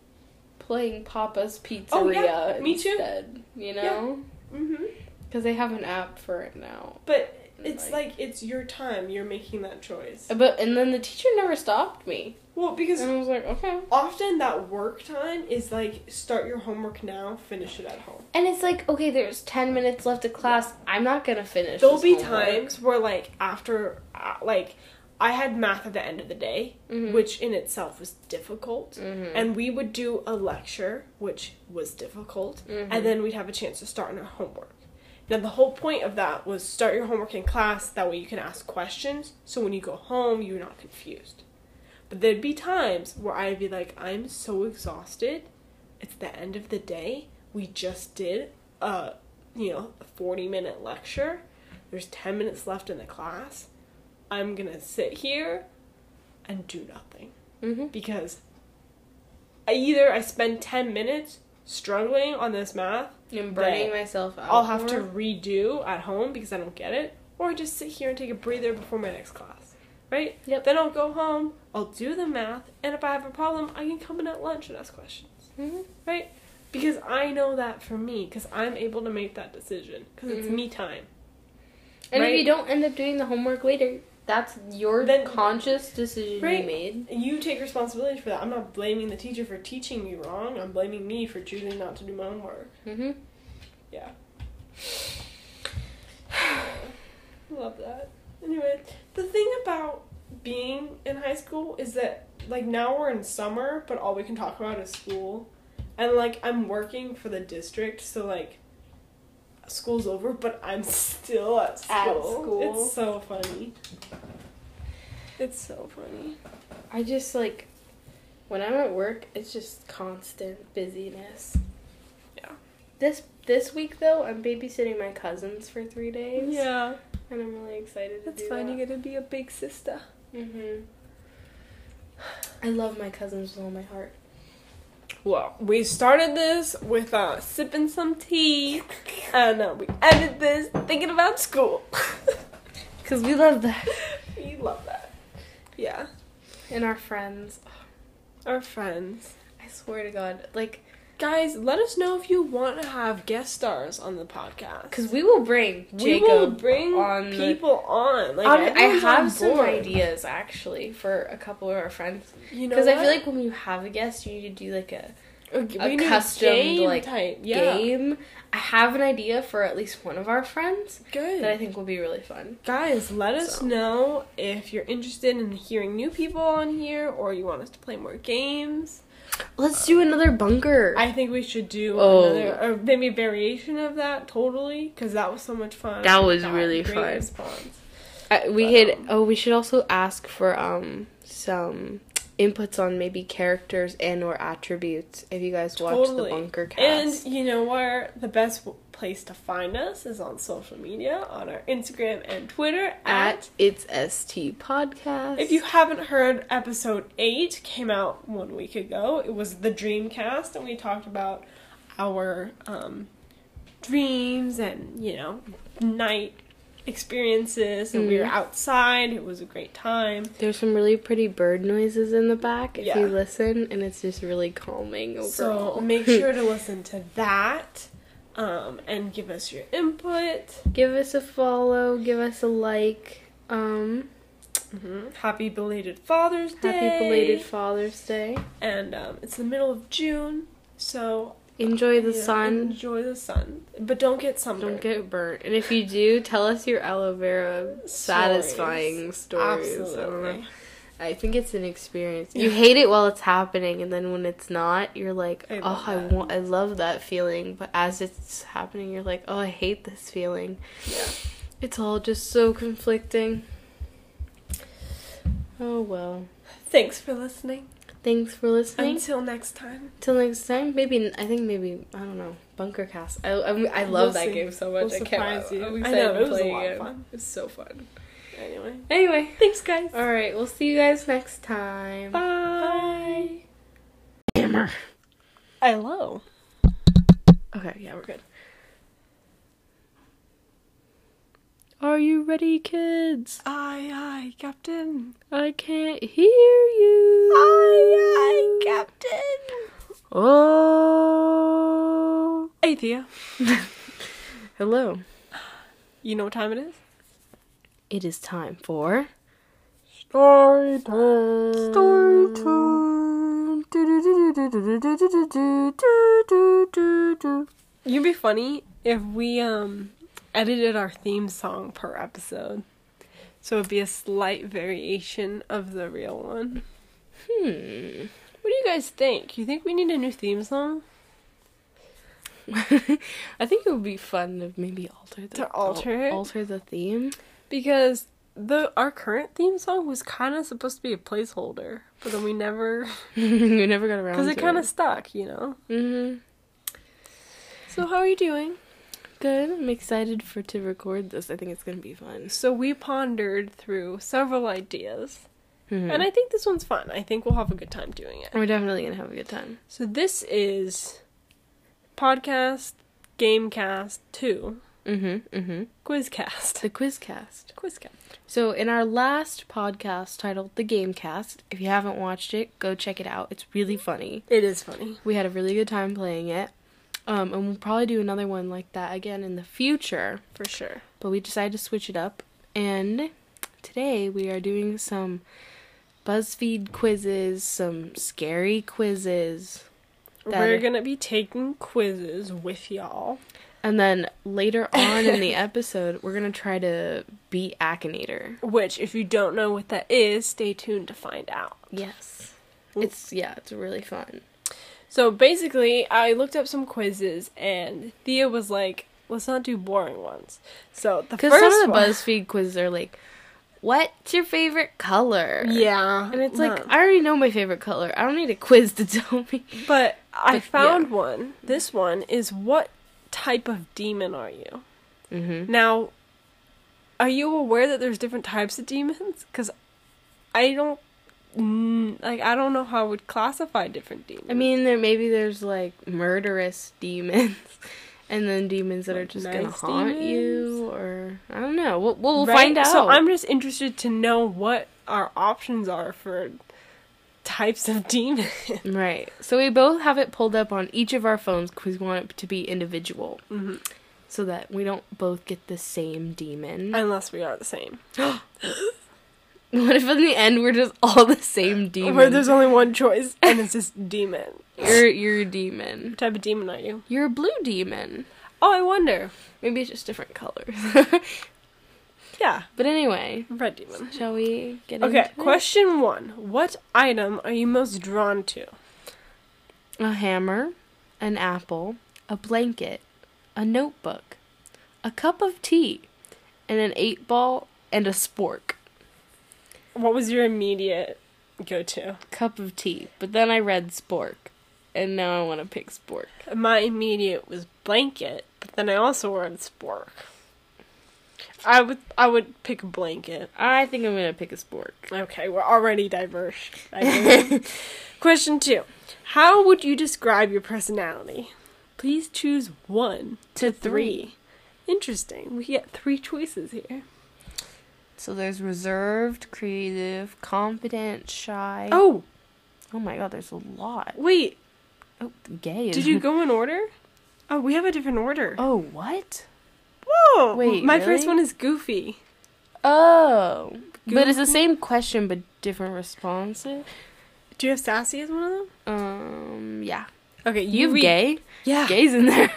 S1: playing Papa's Pizzeria.
S2: Oh, yeah, me too.
S1: Instead, you know?
S2: Mhm.
S1: Because they have an app for it now.
S2: But it's like it's your time. You're making that choice.
S1: But and then the teacher never stopped me,
S2: Well, because
S1: and I was like, okay.
S2: often that work time is like start your homework now, finish it at home.
S1: And it's like, okay, there's ten minutes left of class. I'm not gonna finish.
S2: There'll
S1: this
S2: be
S1: homework.
S2: times where like after uh, like I had math at the end of the day,
S1: Mhm.
S2: which in itself was difficult.
S1: Mhm.
S2: and we would do a lecture, which was difficult,
S1: Mhm.
S2: and then we'd have a chance to start on our homework. Now, the whole point of that was start your homework in class, that way you can ask questions, so when you go home, you're not confused. But there'd be times where I'd be like, I'm so exhausted, it's the end of the day, we just did a, you know, a 40 minute lecture, there's 10 minutes left in the class, I'm gonna sit here and do nothing
S1: Mhm.
S2: because I- either I spend 10 minutes struggling on this math,
S1: and burning
S2: that
S1: myself out.
S2: I'll have to
S1: more.
S2: redo at home because I don't get it, or I just sit here and take a breather before my next class, right?
S1: Yep.
S2: Then I'll go home, I'll do the math, and if I have a problem, I can come in at lunch and ask questions,
S1: Mhm.
S2: right? Because I know that for me, because I'm able to make that decision, because it's
S1: Mhm.
S2: me time.
S1: And
S2: right?
S1: if you don't end up doing the homework later, that's your
S2: Then-
S1: conscious decision
S2: Right.
S1: you made.
S2: You take responsibility for that. I'm not blaming the teacher for teaching me wrong. I'm blaming me for choosing not to do my homework.
S1: Mm-hmm.
S2: Yeah. Love that. Anyway, the thing about being in high school is that like now we're in summer, but all we can talk about is school. And like I'm working for the district, so like school's over, but I'm still at school.
S1: At school.
S2: It's so funny. It's so funny.
S1: I just like when I'm at work, it's just constant busyness.
S2: Yeah.
S1: This this week though, I'm babysitting my cousins for three days.
S2: Yeah.
S1: And I'm really excited to
S2: That's
S1: do
S2: fine,
S1: that.
S2: you're gonna be a big sister.
S1: Mm-hmm. I love my cousins with all my heart.
S2: Well, we started this with uh, sipping some tea, and uh, we ended this thinking about school.
S1: Cause we love that.
S2: we love that. Yeah,
S1: And our friends.
S2: our friends.
S1: I swear to God, like
S2: guys, let us know if you want to have guest stars on the podcast.
S1: Because we will bring
S2: we
S1: Jacob
S2: will bring
S1: on the-
S2: people on. Like
S1: on- I
S2: everyone's on
S1: have some
S2: board.
S1: ideas actually for a couple of our friends
S2: You know,
S1: because I
S2: what?
S1: feel like when you have a guest, you need to do like a
S2: Okay,
S1: a
S2: we need
S1: custom,
S2: game
S1: like,
S2: type. Yeah,
S1: game. I have an idea for at least one of our friends
S2: good.
S1: that I think will be really fun.
S2: Guys, let us
S1: So.
S2: know if you're interested in hearing new people on here or you want us to play more games.
S1: Let's do another bunker.
S2: I think we should do
S1: Oh.
S2: another, or maybe a variation of that totally, because that was so much fun.
S1: That was
S2: Got
S1: really
S2: great
S1: fun.
S2: response.
S1: I- we
S2: but,
S1: could.
S2: um,
S1: Oh, we should also ask for um some inputs on maybe characters and or attributes if you guys watch the
S2: Totally.
S1: bunker cast.
S2: And you know where the best w- place to find us is on social media on our Instagram and Twitter
S1: at its st podcast.
S2: If you haven't heard, episode 8 came out one week ago. It was the Dreamcast, and we talked about our um, dreams and, you know, night experiences. And we were
S1: Mhm.
S2: outside, it was a great time.
S1: There's some really pretty bird noises in the back if
S2: Yeah.
S1: you listen, and it's just really calming overall.
S2: So make sure to listen to that um, and give us your input.
S1: give us a follow, give us a like. Um,
S2: Mm-hmm. Happy belated Father's Day.
S1: happy belated Father's Day.
S2: And um, it's the middle of June, so
S1: Enjoy the
S2: yeah,
S1: sun.
S2: Enjoy the sun, but don't get sunburned.
S1: Don't get burnt. And if you do, tell us your aloe vera satisfying stories. I, don't know.
S2: Absolutely.
S1: I think it's an experience.
S2: Yeah.
S1: You hate it while it's happening, and then when it's not, you're like,
S2: I
S1: oh,
S2: love
S1: I
S2: that.
S1: want, I love that feeling. But as it's happening, you're like, oh, I hate this feeling.
S2: Yeah.
S1: It's all just so conflicting. Oh well.
S2: Thanks for listening.
S1: Thanks for listening.
S2: Until next time.
S1: Till next time, maybe I think maybe I don't know Bunker Cast. I I, I love
S2: We'll
S1: that
S2: see.
S1: game so much.
S2: We'll
S1: I can't.
S2: surprise you.
S1: I'm
S2: I
S1: excited
S2: know,
S1: to
S2: it was a
S1: play
S2: lot of
S1: again.
S2: fun.
S1: It's so fun.
S2: Anyway.
S1: Anyway,
S2: Thanks, guys.
S1: all right, we'll see you guys next time.
S2: Bye.
S1: Hammer.
S2: Hello.
S1: Okay, yeah, we're good. Are you ready, kids?
S2: Aye, aye, Captain.
S1: I can't hear you.
S2: Aye, aye, Captain.
S1: Oh.
S2: Hey, Thea.
S1: Hello.
S2: You know what time it is?
S1: It is time for.
S2: Story time.
S1: Story time. Do-do-do-do-do-do-do-do-do-do-do-do.
S2: You'd be funny if we um edited our theme song per episode. So it'd be a slight variation of the real one.
S1: Hmm.
S2: What do you guys think? You think we need a new theme song?
S1: I think it would be fun to maybe alter the
S2: To alter
S1: al-
S2: it?
S1: alter the theme.
S2: Because the our current theme song was kind of supposed to be a placeholder, but then we never
S1: we never got around
S2: because it
S1: to
S2: kind of stuck, you know.
S1: hmm
S2: So how are you doing?
S1: Good. I'm excited for to record this. I think it's gonna be fun.
S2: So we pondered through several ideas,
S1: Mhm.
S2: and I think this one's fun. I think we'll have a good time doing it.
S1: we're definitely gonna have a good time.
S2: So this is podcast gamecast two
S1: Mm-hmm. Mm-hmm.
S2: quizcast
S1: The quiz cast.
S2: quizcast.
S1: So, in our last podcast titled The Gamecast, if you haven't watched it, go check it out. It's really funny.
S2: It is funny.
S1: We had a really good time playing it. Um, and we'll probably do another one like that again in the future.
S2: For sure.
S1: But we decided to switch it up. And today we are doing some BuzzFeed quizzes, some scary quizzes. That-
S2: We're gonna be taking quizzes with y'all.
S1: And then later on in the episode, we're going to try to beat Akinator.
S2: Which, if you don't know what that is, stay tuned to find out.
S1: Yes.
S2: Ooh.
S1: It's, yeah, it's really fun.
S2: So basically, I looked up some quizzes, and Thea was like, "Let's not do boring ones." So the
S1: Because
S2: first
S1: some of the
S2: one,
S1: BuzzFeed quizzes are like, "What's your favorite color?"
S2: yeah,
S1: and it's like I already know my favorite color. I don't need a quiz to tell me.
S2: But I
S1: But,
S2: found one. This one is what type of demon are you?
S1: Mm-hmm.
S2: Now, are you aware that there's different types of demons? Because I don't mm, like. I don't know how I would classify different demons.
S1: I mean, there maybe there's like murderous demons, and then demons that are
S2: Like
S1: just gonna
S2: nice
S1: haunt you, or I don't know. We'll, we'll
S2: Right?
S1: find out.
S2: So I'm just interested to know what our options are for types of demons.
S1: Right. So we both have it pulled up on each of our phones because we want it to be individual so that we don't both get the same demon.
S2: Unless we are the same.
S1: what if in the end we're just all the same demon?
S2: Where there's only one choice, and it's just demon.
S1: you're, you're a demon.
S2: What type of demon are you?
S1: You're a blue demon.
S2: Oh, I wonder.
S1: Maybe it's just different colors.
S2: Yeah,
S1: but anyway,
S2: red demon.
S1: shall we get
S2: Okay,
S1: into it?
S2: question one. What item are you most drawn to?
S1: A hammer, an apple, a blanket, a notebook, a cup of tea, and an eight ball and a spork.
S2: What was your immediate go to?
S1: Cup of tea. But then I read spork, and now I want to pick spork.
S2: My immediate was blanket, but then I also wanted spork. I would I would pick blanket.
S1: I think I'm gonna pick a spork.
S2: Okay, we're already diverse. diverging. Question two: How would you describe your personality? Please choose one to three. Interesting. We get three choices here.
S1: So there's reserved, creative, confident, shy.
S2: Oh
S1: oh my god, there's a lot.
S2: wait,
S1: Oh, gay. is-
S2: did you go in order? Oh, we have a different order.
S1: Oh, what?
S2: Whoa!
S1: Wait,
S2: my first
S1: really?
S2: one is goofy.
S1: Oh, but it's the same question but different responses.
S2: Do you have sassy as one of them?
S1: Um, yeah.
S2: Okay, you
S1: You
S2: read.
S1: gay?
S2: Yeah.
S1: Gays in there.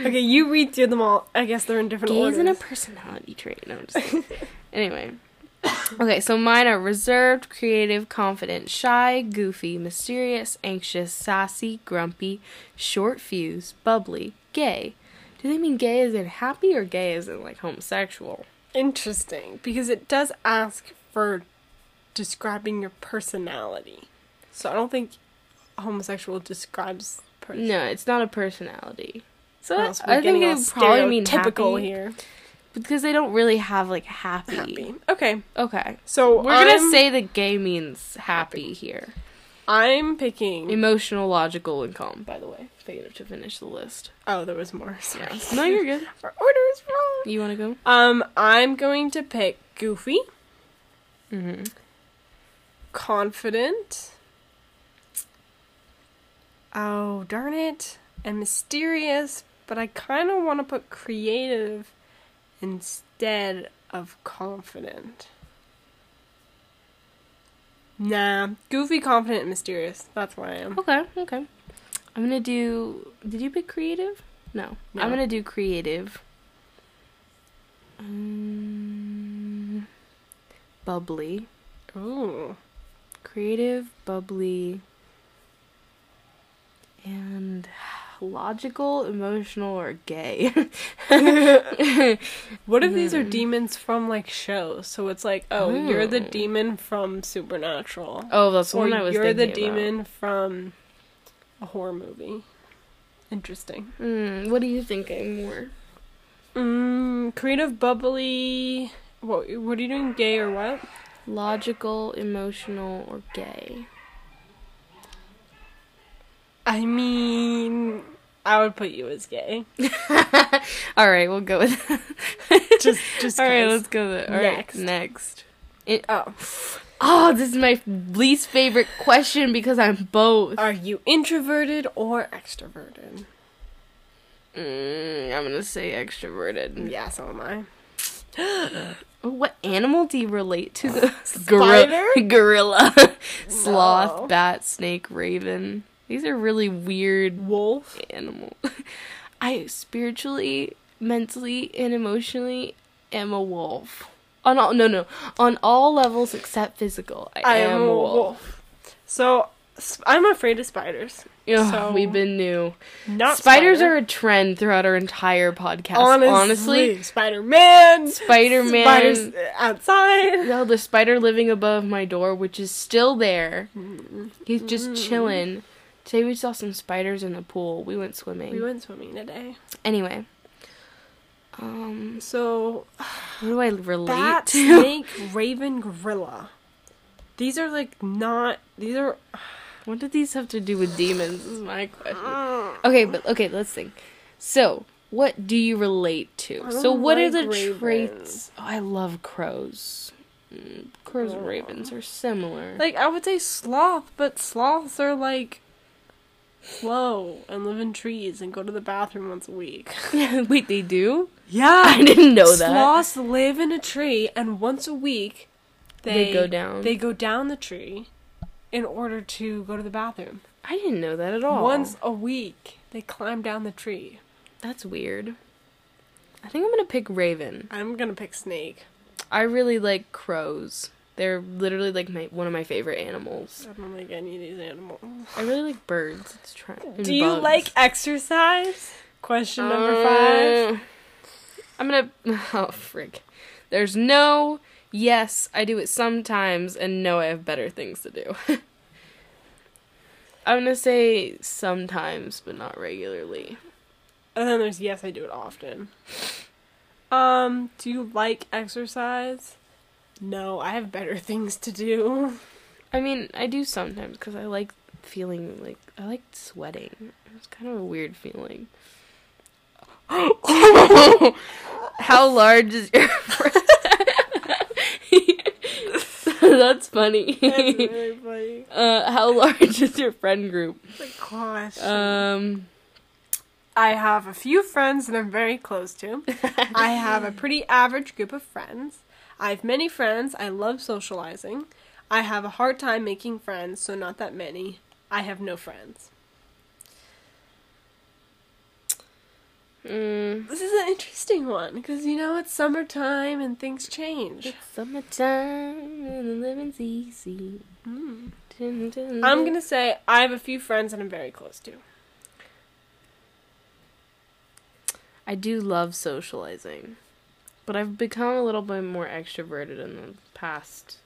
S2: Okay, you read through them all. I guess they're in different
S1: Gays
S2: orders.
S1: and a personality trait. No, I'm just kidding. anyway. Okay, so mine are reserved, creative, confident, shy, goofy, mysterious, anxious, sassy, grumpy, short fuse, bubbly, gay. Do they mean gay as in happy or gay as in like homosexual?
S2: Interesting, because it does ask for describing your personality. So I don't think homosexual describes person.
S1: No, it's not a personality. So
S2: Or else we're
S1: I think
S2: getting
S1: it
S2: all
S1: would probably mean
S2: stereotypical
S1: happy
S2: here.
S1: because they don't really have like happy.
S2: Happy. Okay,
S1: Okay,
S2: so
S1: we're gonna
S2: I'm-
S1: say that gay means happy here.
S2: I'm picking.
S1: Emotional, logical, and calm. By the way, figurative to finish the list.
S2: oh, there was more. Sorry.
S1: Yes. No, you're good.
S2: Our order is wrong.
S1: You want to go?
S2: Um, I'm going to pick goofy,
S1: Mm-hmm.
S2: confident. Oh, darn it. And mysterious, but I kind of want to put creative instead of confident. Nah, goofy, confident, and mysterious. That's what I am.
S1: Okay. Okay. I'm gonna do. Did you pick creative? No.
S2: No.
S1: I'm gonna do creative. Um, bubbly.
S2: Ooh.
S1: creative, bubbly, and logical, emotional, or gay.
S2: What if these are demons from like shows? So it's like, oh, you're the
S1: Ooh.
S2: demon from Supernatural.
S1: oh, that's the
S2: or
S1: one I was
S2: you're the
S1: thinking about.
S2: demon from a horror movie. Interesting.
S1: Hmm, what do you think, more?
S2: Mm, creative bubbly. What, what are you doing, gay or what?
S1: Logical, emotional, or gay?
S2: I mean, I would put you as gay.
S1: All right, we'll go with.
S2: Just, just
S1: All right,
S2: 'cause.
S1: let's go with. All right,
S2: Next.
S1: next. It,
S2: Oh,
S1: oh, this is my least favorite question because I'm both.
S2: are you introverted or extroverted?
S1: Mm, I'm gonna say extroverted.
S2: Yeah, so am I.
S1: What animal do you relate to? The
S2: Spider?
S1: Gorilla, gorilla sloth,
S2: No.
S1: bat, snake, raven. These are really weird
S2: Wolf.
S1: animals. I spiritually, mentally, and emotionally am a wolf. On all no no on all levels except physical. I, am, a wolf.
S2: So s- I'm afraid of spiders.
S1: Ugh,
S2: So-
S1: we've been new.
S2: Not
S1: Spiders
S2: spider.
S1: are a trend throughout our entire podcast.
S2: honestly,
S1: Honestly,
S2: Spider Man,
S1: Spider Man.
S2: spiders uh, outside.
S1: No, the spider living above my door, which is still there. He's just chilling. Today we saw some spiders in the pool. We went swimming.
S2: We went swimming today.
S1: Anyway, um,
S2: So
S1: what do I relate
S2: bat,
S1: to?
S2: snake, raven, gorilla. These are like not. These are.
S1: What do these have to do with demons? Is my question.
S2: uh,
S1: Okay, but okay, let's think. So, what do you relate to?
S2: I
S1: So,
S2: don't
S1: what are the
S2: like ravens.
S1: traits? Oh, I love crows. Mm, crows and ravens are similar.
S2: Like I would say sloth, but sloths are like slow and live in trees and go to the bathroom once a week.
S1: Wait, they do?
S2: Yeah,
S1: I didn't know that.
S2: Sloths live in a tree, and once a week, they,
S1: They go down.
S2: They go down the tree in order to go to the bathroom.
S1: I didn't know that at all.
S2: Once a week, they climb down the tree.
S1: That's weird. I think I'm gonna pick raven.
S2: I'm gonna pick snake.
S1: I really like crows. They're literally like my one of my favorite animals.
S2: I don't like any of these animals.
S1: I really like birds. It's try- and
S2: Do you
S1: bugs.
S2: like exercise? Question number five.
S1: Um, I'm gonna. Oh frick! There's no. Yes, I do it sometimes, and no, I have better things to do. I'm gonna say sometimes, but not regularly.
S2: And then there's yes, I do it often. Um, do you like exercise? No, I have better things to do.
S1: I mean, I do sometimes because I like feeling like I like sweating. It's kind of a weird feeling. How large is your breast? That's
S2: That's
S1: funny.
S2: really funny.
S1: Uh, how large is your friend group?
S2: Like, gosh.
S1: Um,
S2: I have a few friends that I'm very close to. I have a pretty average group of friends. I have many friends. I love socializing. I have a hard time making friends, so not that many. I have no friends.
S1: mm,
S2: This is an interesting one because you know it's summertime and things change.
S1: it's summertime and the living's easy.
S2: Mm.
S1: Dun, dun,
S2: I'm
S1: dun.
S2: gonna say I have a few friends that I'm very close to.
S1: I do love socializing, but I've become a little bit more extroverted in the past,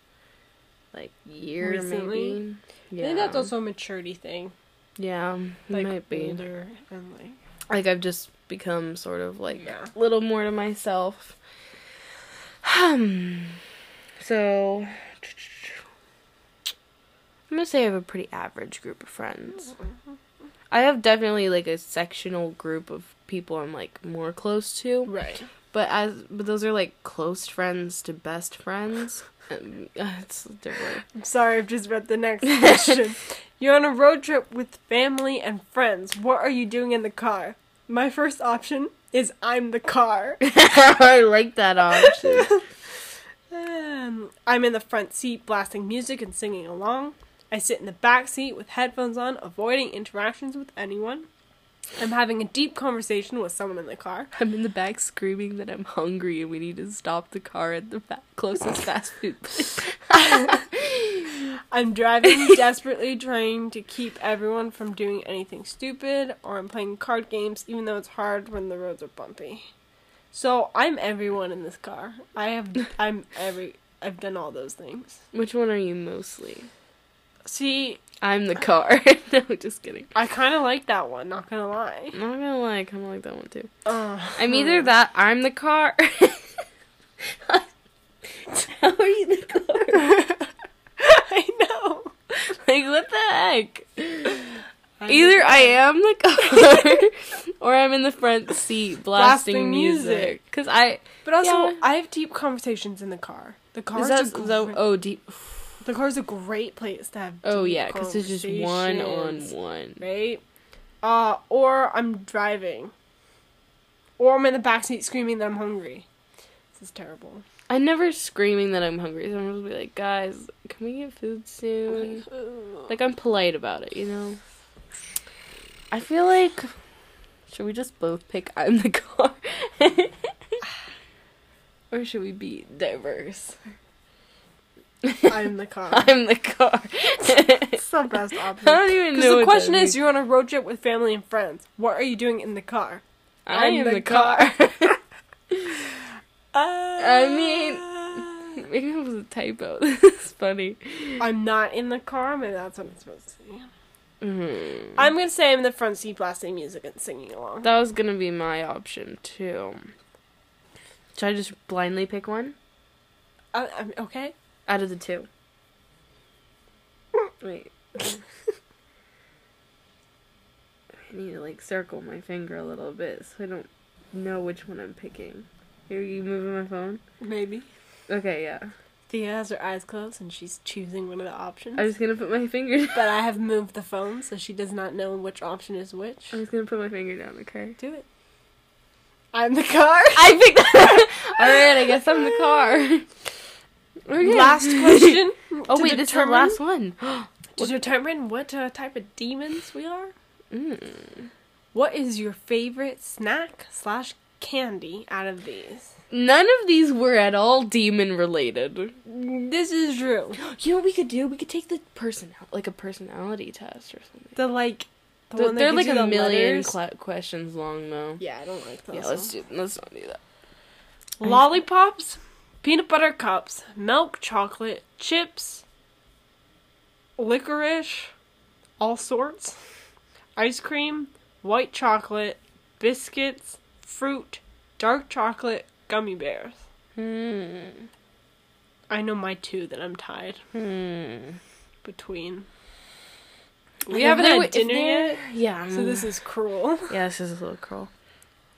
S1: like year
S2: Recently?
S1: maybe.
S2: I
S1: Yeah,
S2: think that's also a maturity thing.
S1: yeah,
S2: Like
S1: might be.
S2: older and like
S1: Like I've just become sort of like
S2: Yeah.
S1: a little more to myself. Hmm. so, I'm gonna say I have a pretty average group of friends. I have definitely like a sectional group of people I'm like more close to.
S2: right.
S1: But as but those are like close friends to best friends. Um, it's different.
S2: I'm sorry, I've just read the next question. You're on a road trip with family and friends. What are you doing in the car? My first option is I'm the car.
S1: I like that option.
S2: Um, I'm in the front seat blasting music and singing along. I sit in the back seat with headphones on, avoiding interactions with anyone. I'm having a deep conversation with someone in the car.
S1: I'm in the back screaming that I'm hungry and we need to stop the car at the fa- closest fast food. place.
S2: I'm driving, desperately trying to keep everyone from doing anything stupid, or I'm playing card games, even though it's hard when the roads are bumpy. So I'm everyone in this car. I have, I'm every, I've done all those things.
S1: Which one are you mostly?
S2: See,
S1: I'm the car. no, just kidding.
S2: I kind of like that one. Not gonna lie.
S1: I'm not gonna lie, I kind of like that one too.
S2: Uh,
S1: I'm either that. I'm the car. How are you the car?
S2: I know.
S1: like what the heck? Either I am the car or I'm in the front seat blasting,
S2: Blasting music.
S1: music. Cause I
S2: But also,
S1: Yeah.
S2: I have deep conversations in the car. The
S1: is
S2: car's
S1: that
S2: a great,
S1: so- oh deep
S2: the car's a great place to have.
S1: oh
S2: deep
S1: yeah because there's just one on
S2: conversations.
S1: one.
S2: right? Uh, or I'm driving. Or I'm in the backseat screaming that I'm hungry. This is terrible.
S1: I never screaming that I'm hungry. So I'm just be like, guys, can we get food soon? Like uh, I'm polite about it, you know. I feel like should we just both pick I'm the car, or should we be diverse?
S2: I'm the car.
S1: I'm the car.
S2: It's the best
S1: I
S2: option.
S1: don't even
S2: Because
S1: know.
S2: the
S1: what
S2: question
S1: that
S2: is,
S1: means.
S2: you're on a road trip with family and friends. What are you doing in the car?
S1: I
S2: I'm
S1: am
S2: the
S1: the, car.
S2: Uh, I
S1: mean- Maybe it was a typo. This is funny.
S2: I'm not in the car. Maybe that's what I'm supposed to say.
S1: Hmm. Mhm.
S2: I'm gonna say I'm in the front seat blasting music and singing along.
S1: That was gonna be my option too. Should I just blindly pick one
S2: I, I'm, Uh, um, okay.
S1: out of the two? Wait. I need to like circle my finger a little bit so I don't know which one I'm picking. Are you moving my phone?
S2: Maybe.
S1: Okay, yeah.
S2: Thea has her eyes closed and she's choosing one of the options.
S1: I was gonna put my finger.
S2: but I have moved the phone so she does not know which option is which.
S1: I was gonna put my finger down the car.
S2: Do it. I'm the car.
S1: I picked. All right, I guess I'm the car. Okay.
S2: Last question.
S1: Oh wait, this
S2: to
S1: is the
S2: determine-
S1: last one.
S2: To determine what uh, type of demons we are,
S1: Mm.
S2: what is your favorite snack slash candy out of these?
S1: None of these were at all demon related.
S2: This is true.
S1: You know what we could do? We could take the person like a personality test or something.
S2: The like, the
S1: They're,
S2: one that
S1: they're
S2: gives
S1: like
S2: you
S1: a
S2: the
S1: million
S2: letters.
S1: cla questions long though.
S2: yeah, I don't like those.
S1: Yeah, let's do. Let's not do that.
S2: lollipops, peanut butter cups, milk chocolate, chips, licorice, all sorts, ice cream, white chocolate, biscuits, fruit, dark chocolate, gummy bears.
S1: Hmm.
S2: I know my two that I'm tied
S1: Hmm.
S2: between. We haven't had dinner yet,
S1: Yeah. I'm-
S2: so this is cruel.
S1: Yeah, this is a little cruel.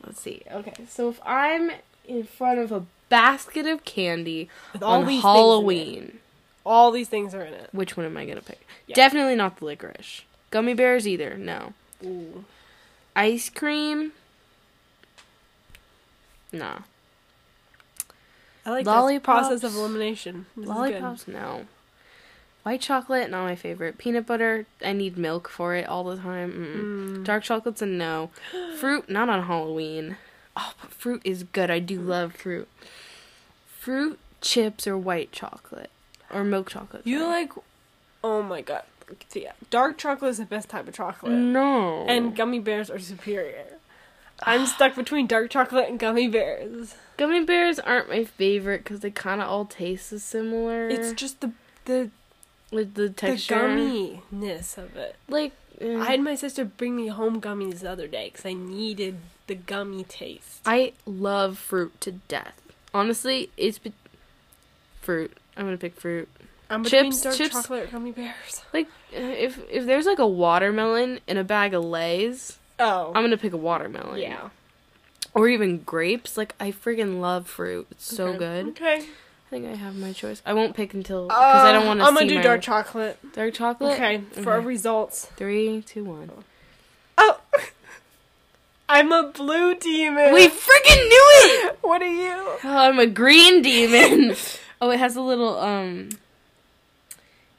S1: Let's see. Okay, so if I'm in front of a basket of candy
S2: With all
S1: on
S2: these things in it.
S1: Halloween,
S2: All these things are in it.
S1: which one am I gonna pick?
S2: Yeah.
S1: Definitely not the licorice. Gummy bears either. No.
S2: Ooh.
S1: Ice cream. No.
S2: I like this
S1: Lollipops.
S2: process of elimination. This is good.
S1: Lollipops. No. White chocolate, not my favorite. Peanut butter, I need milk for it all the time. Mm-mm.
S2: Mm.
S1: Dark chocolate's a no. Fruit, not on Halloween. Oh, but fruit is good. I do love fruit. Fruit, chips, or white chocolate. Or milk chocolate.
S2: You
S1: sorry.
S2: like, oh my god, yeah. Dark chocolate is the best type of chocolate,
S1: Mm. No.
S2: and gummy bears are superior. I'm stuck between dark chocolate and gummy bears.
S1: gummy bears aren't my favorite because they kind of all taste so similar.
S2: It's just the the,
S1: with the
S2: the
S1: texture.
S2: gumminess of it.
S1: Like, eh.
S2: I had my sister bring me home gummies the other day because I needed the gummy taste.
S1: I love fruit to death. Honestly, it's be- fruit. I'm gonna pick fruit.
S2: I'm
S1: Chips-
S2: between dark
S1: chips-
S2: chocolate or gummy bears.
S1: Like if if there's like a watermelon in a bag of Lay's,
S2: Oh,
S1: I'm gonna pick a watermelon.
S2: yeah,
S1: Or even grapes. Like I friggin' love fruit. It's so
S2: Okay.
S1: good.
S2: Okay,
S1: I think I have my choice. I won't pick until because I don't want to.
S2: I'm gonna do dark chocolate.
S1: dark chocolate.
S2: Okay, for our
S1: Okay.
S2: results.
S1: Three, two, one.
S2: Oh, I'm a blue demon.
S1: We friggin' knew it.
S2: What are you?
S1: Oh, I'm a green demon. oh, it has a little um.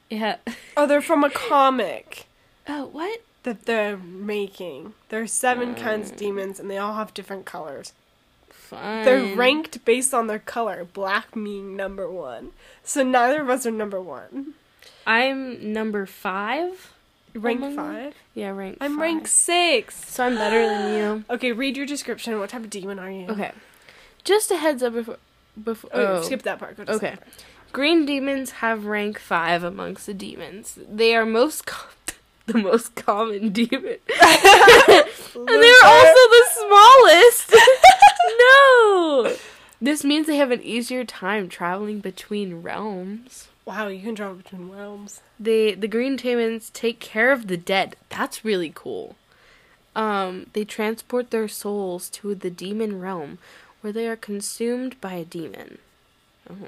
S1: It ha-
S2: Oh, they're from a comic
S1: oh what?
S2: that they're making. There are seven
S1: Mm.
S2: kinds of demons, and they all have different colors.
S1: Fun.
S2: They're ranked based on their color. Black being number one. So neither of us are number one.
S1: I'm number five.
S2: Rank
S1: Among-
S2: five.
S1: Yeah, rank.
S2: I'm
S1: Oh five.
S2: rank six.
S1: So I'm better than you.
S2: Okay, read your description. What type of demon are you?
S1: Okay. Just a heads up before before
S2: Oh,
S1: oh.
S2: skip that part. Go to
S1: Okay.
S2: second part.
S1: green demons have rank 5 amongst the demons. They are most com- the most common demon. And they're also the smallest. no. This means they have an easier time traveling between realms.
S2: Wow, you can travel between realms.
S1: They the green demons take care of the dead. That's really cool. Um, they transport their souls to the demon realm, where they are consumed by a demon.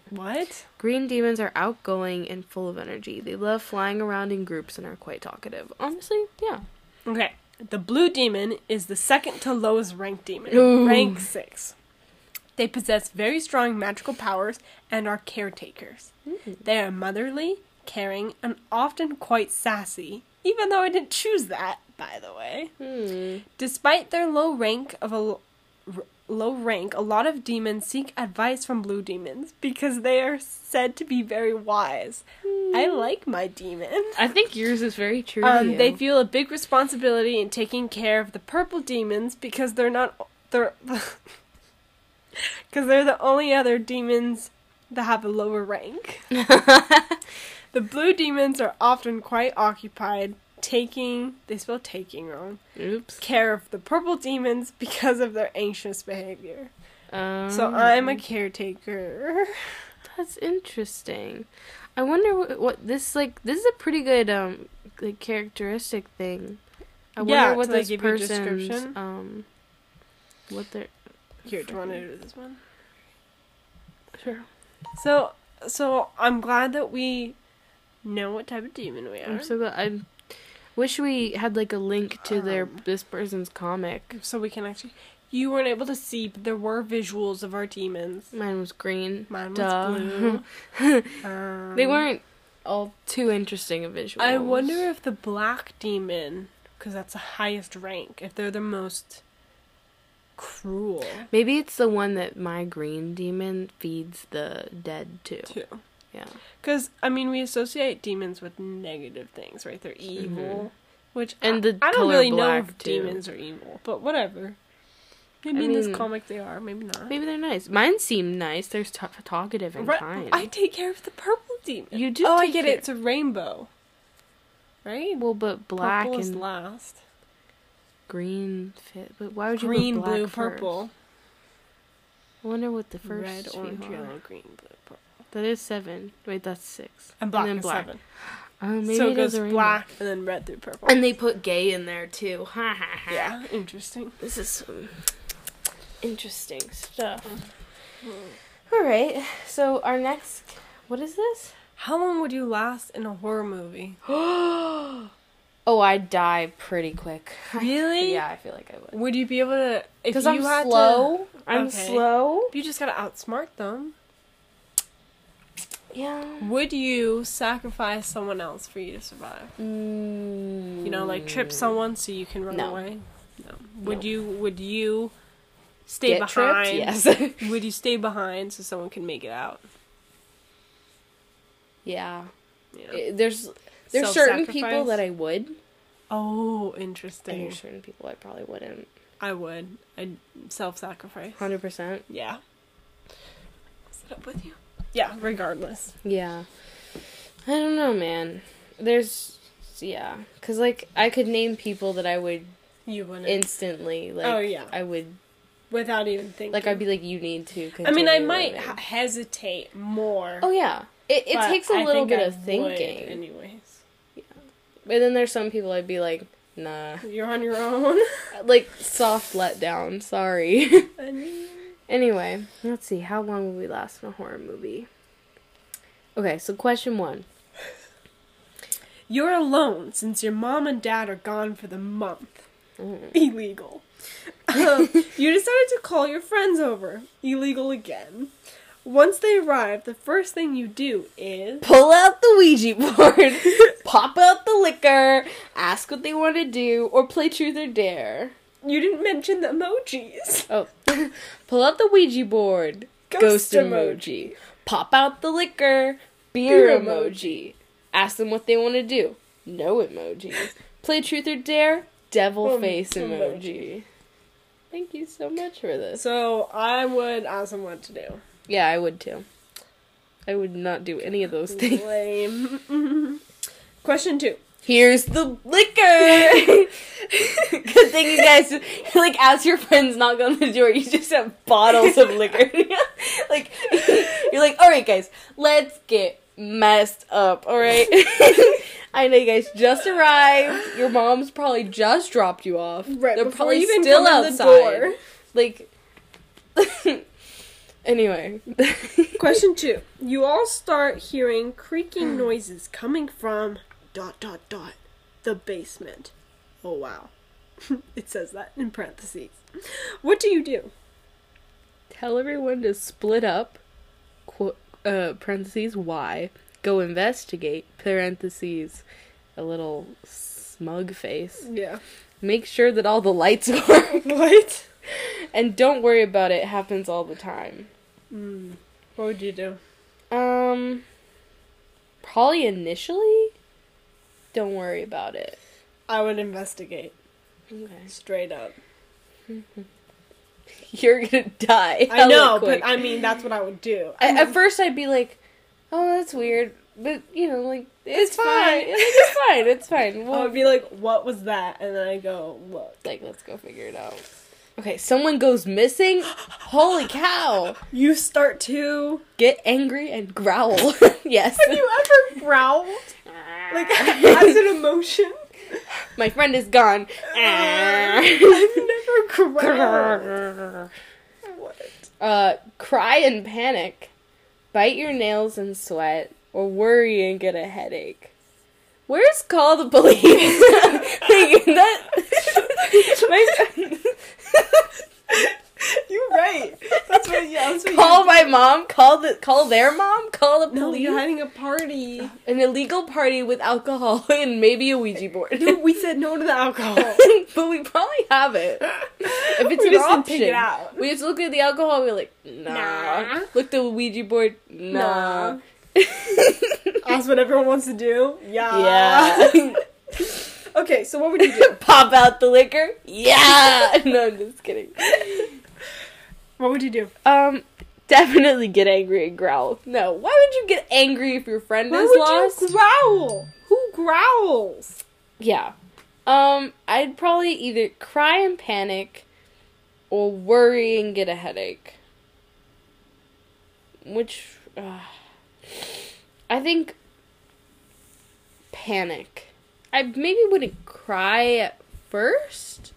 S2: What?
S1: Green demons are outgoing and full of energy. They love flying around in groups and are quite talkative. Honestly, yeah.
S2: Okay. The blue demon is the second to lowest ranked demon,
S1: Ooh.
S2: rank six. They possess very strong magical powers and are caretakers. They are motherly, caring, and often quite sassy, even though I didn't choose that, by the way. Despite their low rank of a l- r- low rank, a lot of demons seek advice from blue demons because they are said to be very wise. I like my demon.
S1: I think yours is very true.
S2: Um, they feel a big responsibility in taking care of the purple demons because they're not they're because they're the only other demons that have a lower rank. the blue demons are often quite occupied taking they spell taking wrong
S1: Oops.
S2: care of the purple demons because of their anxious behavior.
S1: Um,
S2: So I'm a caretaker.
S1: That's interesting. I wonder what, what this like. This is a pretty good um like characteristic thing. I wonder
S2: Yeah,
S1: what
S2: to, like,
S1: this
S2: give you a
S1: person's
S2: description.
S1: um what they're
S2: Here, do you want to do this one?
S1: sure.
S2: So So I'm glad that we know what type of demon we are.
S1: I'm so glad. I wish we had like a link to their
S2: Um.
S1: this person's comic.
S2: so we can actually. You weren't able to see, but there were visuals of our demons.
S1: Mine was green.
S2: Mine was
S1: Duh.
S2: blue. Um,
S1: They weren't all too interesting of visuals.
S2: I wonder if the black demon, because that's the highest rank, if they're the most cruel
S1: Maybe it's the one that my green demon feeds the dead to.
S2: too.
S1: Yeah.
S2: Because I mean, we associate demons with negative things, right? They're evil, which
S1: And
S2: I-
S1: the
S2: I don't
S1: color
S2: really
S1: black,
S2: know if
S1: too.
S2: demons are evil, but whatever. Maybe
S1: I
S2: in this
S1: mean-
S2: comic they are, maybe not.
S1: Maybe they're nice. Mine seem nice. They're ta- talkative and
S2: Right-
S1: kind.
S2: I take care of the purple demon.
S1: You do
S2: Oh, I
S1: take
S2: get
S1: care-
S2: it. It's a rainbow, right?
S1: well, but black
S2: purple is
S1: and
S2: last.
S1: green fit. But why would you
S2: Green,
S1: go black
S2: blue,
S1: first?
S2: purple,
S1: I wonder what the first
S2: red, orange,
S1: few are.
S2: yellow, green, blue, purple.
S1: That is seven. Wait, that's six.
S2: And black
S1: then
S2: is
S1: black.
S2: seven.
S1: Oh, maybe
S2: so
S1: it
S2: it
S1: is
S2: goes
S1: a rainbow.
S2: black and then red through purple.
S1: And they put gay in there too. Ha ha ha.
S2: yeah, interesting.
S1: This is some interesting stuff. Hmm. All right. So our next, what is this?
S2: How long would you last in a horror movie?
S1: oh, I'd die pretty quick.
S2: Really?
S1: yeah, I feel like I would.
S2: Would you be able to? if
S1: Because
S2: you
S1: I'm
S2: had to-
S1: slow. I'm
S2: Okay.
S1: slow.
S2: you just gotta outsmart them.
S1: Yeah.
S2: Would you sacrifice someone else for you to survive?
S1: Mm.
S2: You know, like trip someone so you can run
S1: No.
S2: away. No. Would
S1: No.
S2: you? Would you stay
S1: Get
S2: behind?
S1: tripped? Yes.
S2: Would you stay behind so someone can make it out?
S1: yeah.
S2: Yeah.
S1: It- there's there's certain people
S2: Self-sacrifice?
S1: that I would,
S2: Oh,
S1: and
S2: interesting.
S1: there's certain people I probably wouldn't.
S2: I would. I'd self-sacrifice.
S1: Hundred percent.
S2: Yeah. Sit up with you. Yeah, regardless.
S1: Yeah. I don't know, man. There's yeah, cuz like I could name people that I would
S2: You wouldn't.
S1: instantly like
S2: Oh, yeah.
S1: I would
S2: without even thinking.
S1: like I'd be like you need to
S2: I mean, I
S1: continue
S2: might
S1: living."
S2: h hesitate more.
S1: Oh yeah. It it
S2: but
S1: takes a
S2: I
S1: little
S2: think
S1: bit
S2: I
S1: of
S2: would
S1: thinking.
S2: anyways,
S1: But then there's some people I'd be like, "Nah."
S2: you're on your own.
S1: Like soft letdown, sorry.
S2: I mean,
S1: Anyway, let's see. How long will we last in a horror movie? Okay, so question one.
S2: you're alone since your mom and dad are gone for the month.
S1: Mm.
S2: Illegal. Um, you decided to call your friends over. Illegal again. Once they arrive, the first thing you do is
S1: Pull out the Ouija board, pop out the liquor, ask what they want to do, or play truth or dare.
S2: you didn't mention the emojis.
S1: Oh, pull out the Ouija board, ghost,
S2: Ghost
S1: emoji. pop out the liquor, beer,
S2: Beer
S1: emoji. ask them what they want to do, no emoji, play truth or dare, devil
S2: Um,
S1: face
S2: emoji.
S1: emoji. Thank you so much for this.
S2: So I would ask them what to do.
S1: Yeah, I would too. I would not do any of those things.
S2: Lame. Question two.
S1: Here's the liquor. Good thing you guys like as your friends knock on the door, you just have bottles of liquor. like you're like, all right, guys, let's get messed up. All right. I know you guys just arrived. Your mom's probably just dropped you off.
S2: Right,
S1: They're
S2: before
S1: probably
S2: you even
S1: still
S2: come in the
S1: outside.
S2: door.
S1: Like. anyway.
S2: Question two. You all start hearing creaking noises coming from dot dot dot the basement. Oh wow. it says that in parentheses. What do you do?
S1: tell everyone to split up qu- uh, parentheses why go investigate parentheses a little smug face
S2: Yeah.
S1: make sure that all the lights work
S2: What?
S1: and don't worry about it, it happens all the time
S2: Mm. What would you do?
S1: um probably initially don't worry about it
S2: I would investigate.
S1: okay
S2: Straight up.
S1: you're gonna die
S2: I know,
S1: hella quick.
S2: but I mean that's what I would do.
S1: I, at first I'd be like, "Oh, that's weird," but you know, like it's, fine. Um,
S2: fine.
S1: Like, it's fine. It's fine.
S2: I
S1: Well,
S2: would be like, what was that? And then I go, look.
S1: like, let's go figure it out. Okay, someone goes missing. Holy cow!
S2: You start to
S1: Get angry and growl. yes,
S2: Have you ever growled? Like as an emotion?
S1: my friend is gone.
S2: I've never growled.
S1: uh,
S2: What?
S1: cry and Uh, panic. bite your nails and sweat, or worry and get a headache. Where's call the police? like, that, my,
S4: You're right. That's what. Yeah, that's what
S1: call my mom. Call the call their mom. Call the
S2: No,
S1: police.
S2: you're having a party.
S1: An illegal party with alcohol and maybe a Ouija board.
S2: No, we said no to the alcohol.
S1: but we probably have it. If it's
S4: We
S1: an
S4: just
S1: option,
S4: didn't pick it out.
S1: we just look at the alcohol. We're like, nah.
S2: Nah.
S1: Look the Ouija board. Nah.
S2: Nah.
S4: That's what everyone wants to do. Yeah.
S1: yeah.
S4: okay, so what would you do?
S1: Pop out the liquor. Yeah. no, I'm just kidding.
S4: What would you do?
S1: Um, definitely get angry and growl. No, why would you get angry if your friend
S4: Why
S1: is
S4: would
S1: lost?
S4: you growl? Who growls?
S1: Yeah. Um, I'd probably either cry and panic or worry and get a headache. Which uh, I think panic. I maybe wouldn't cry at first.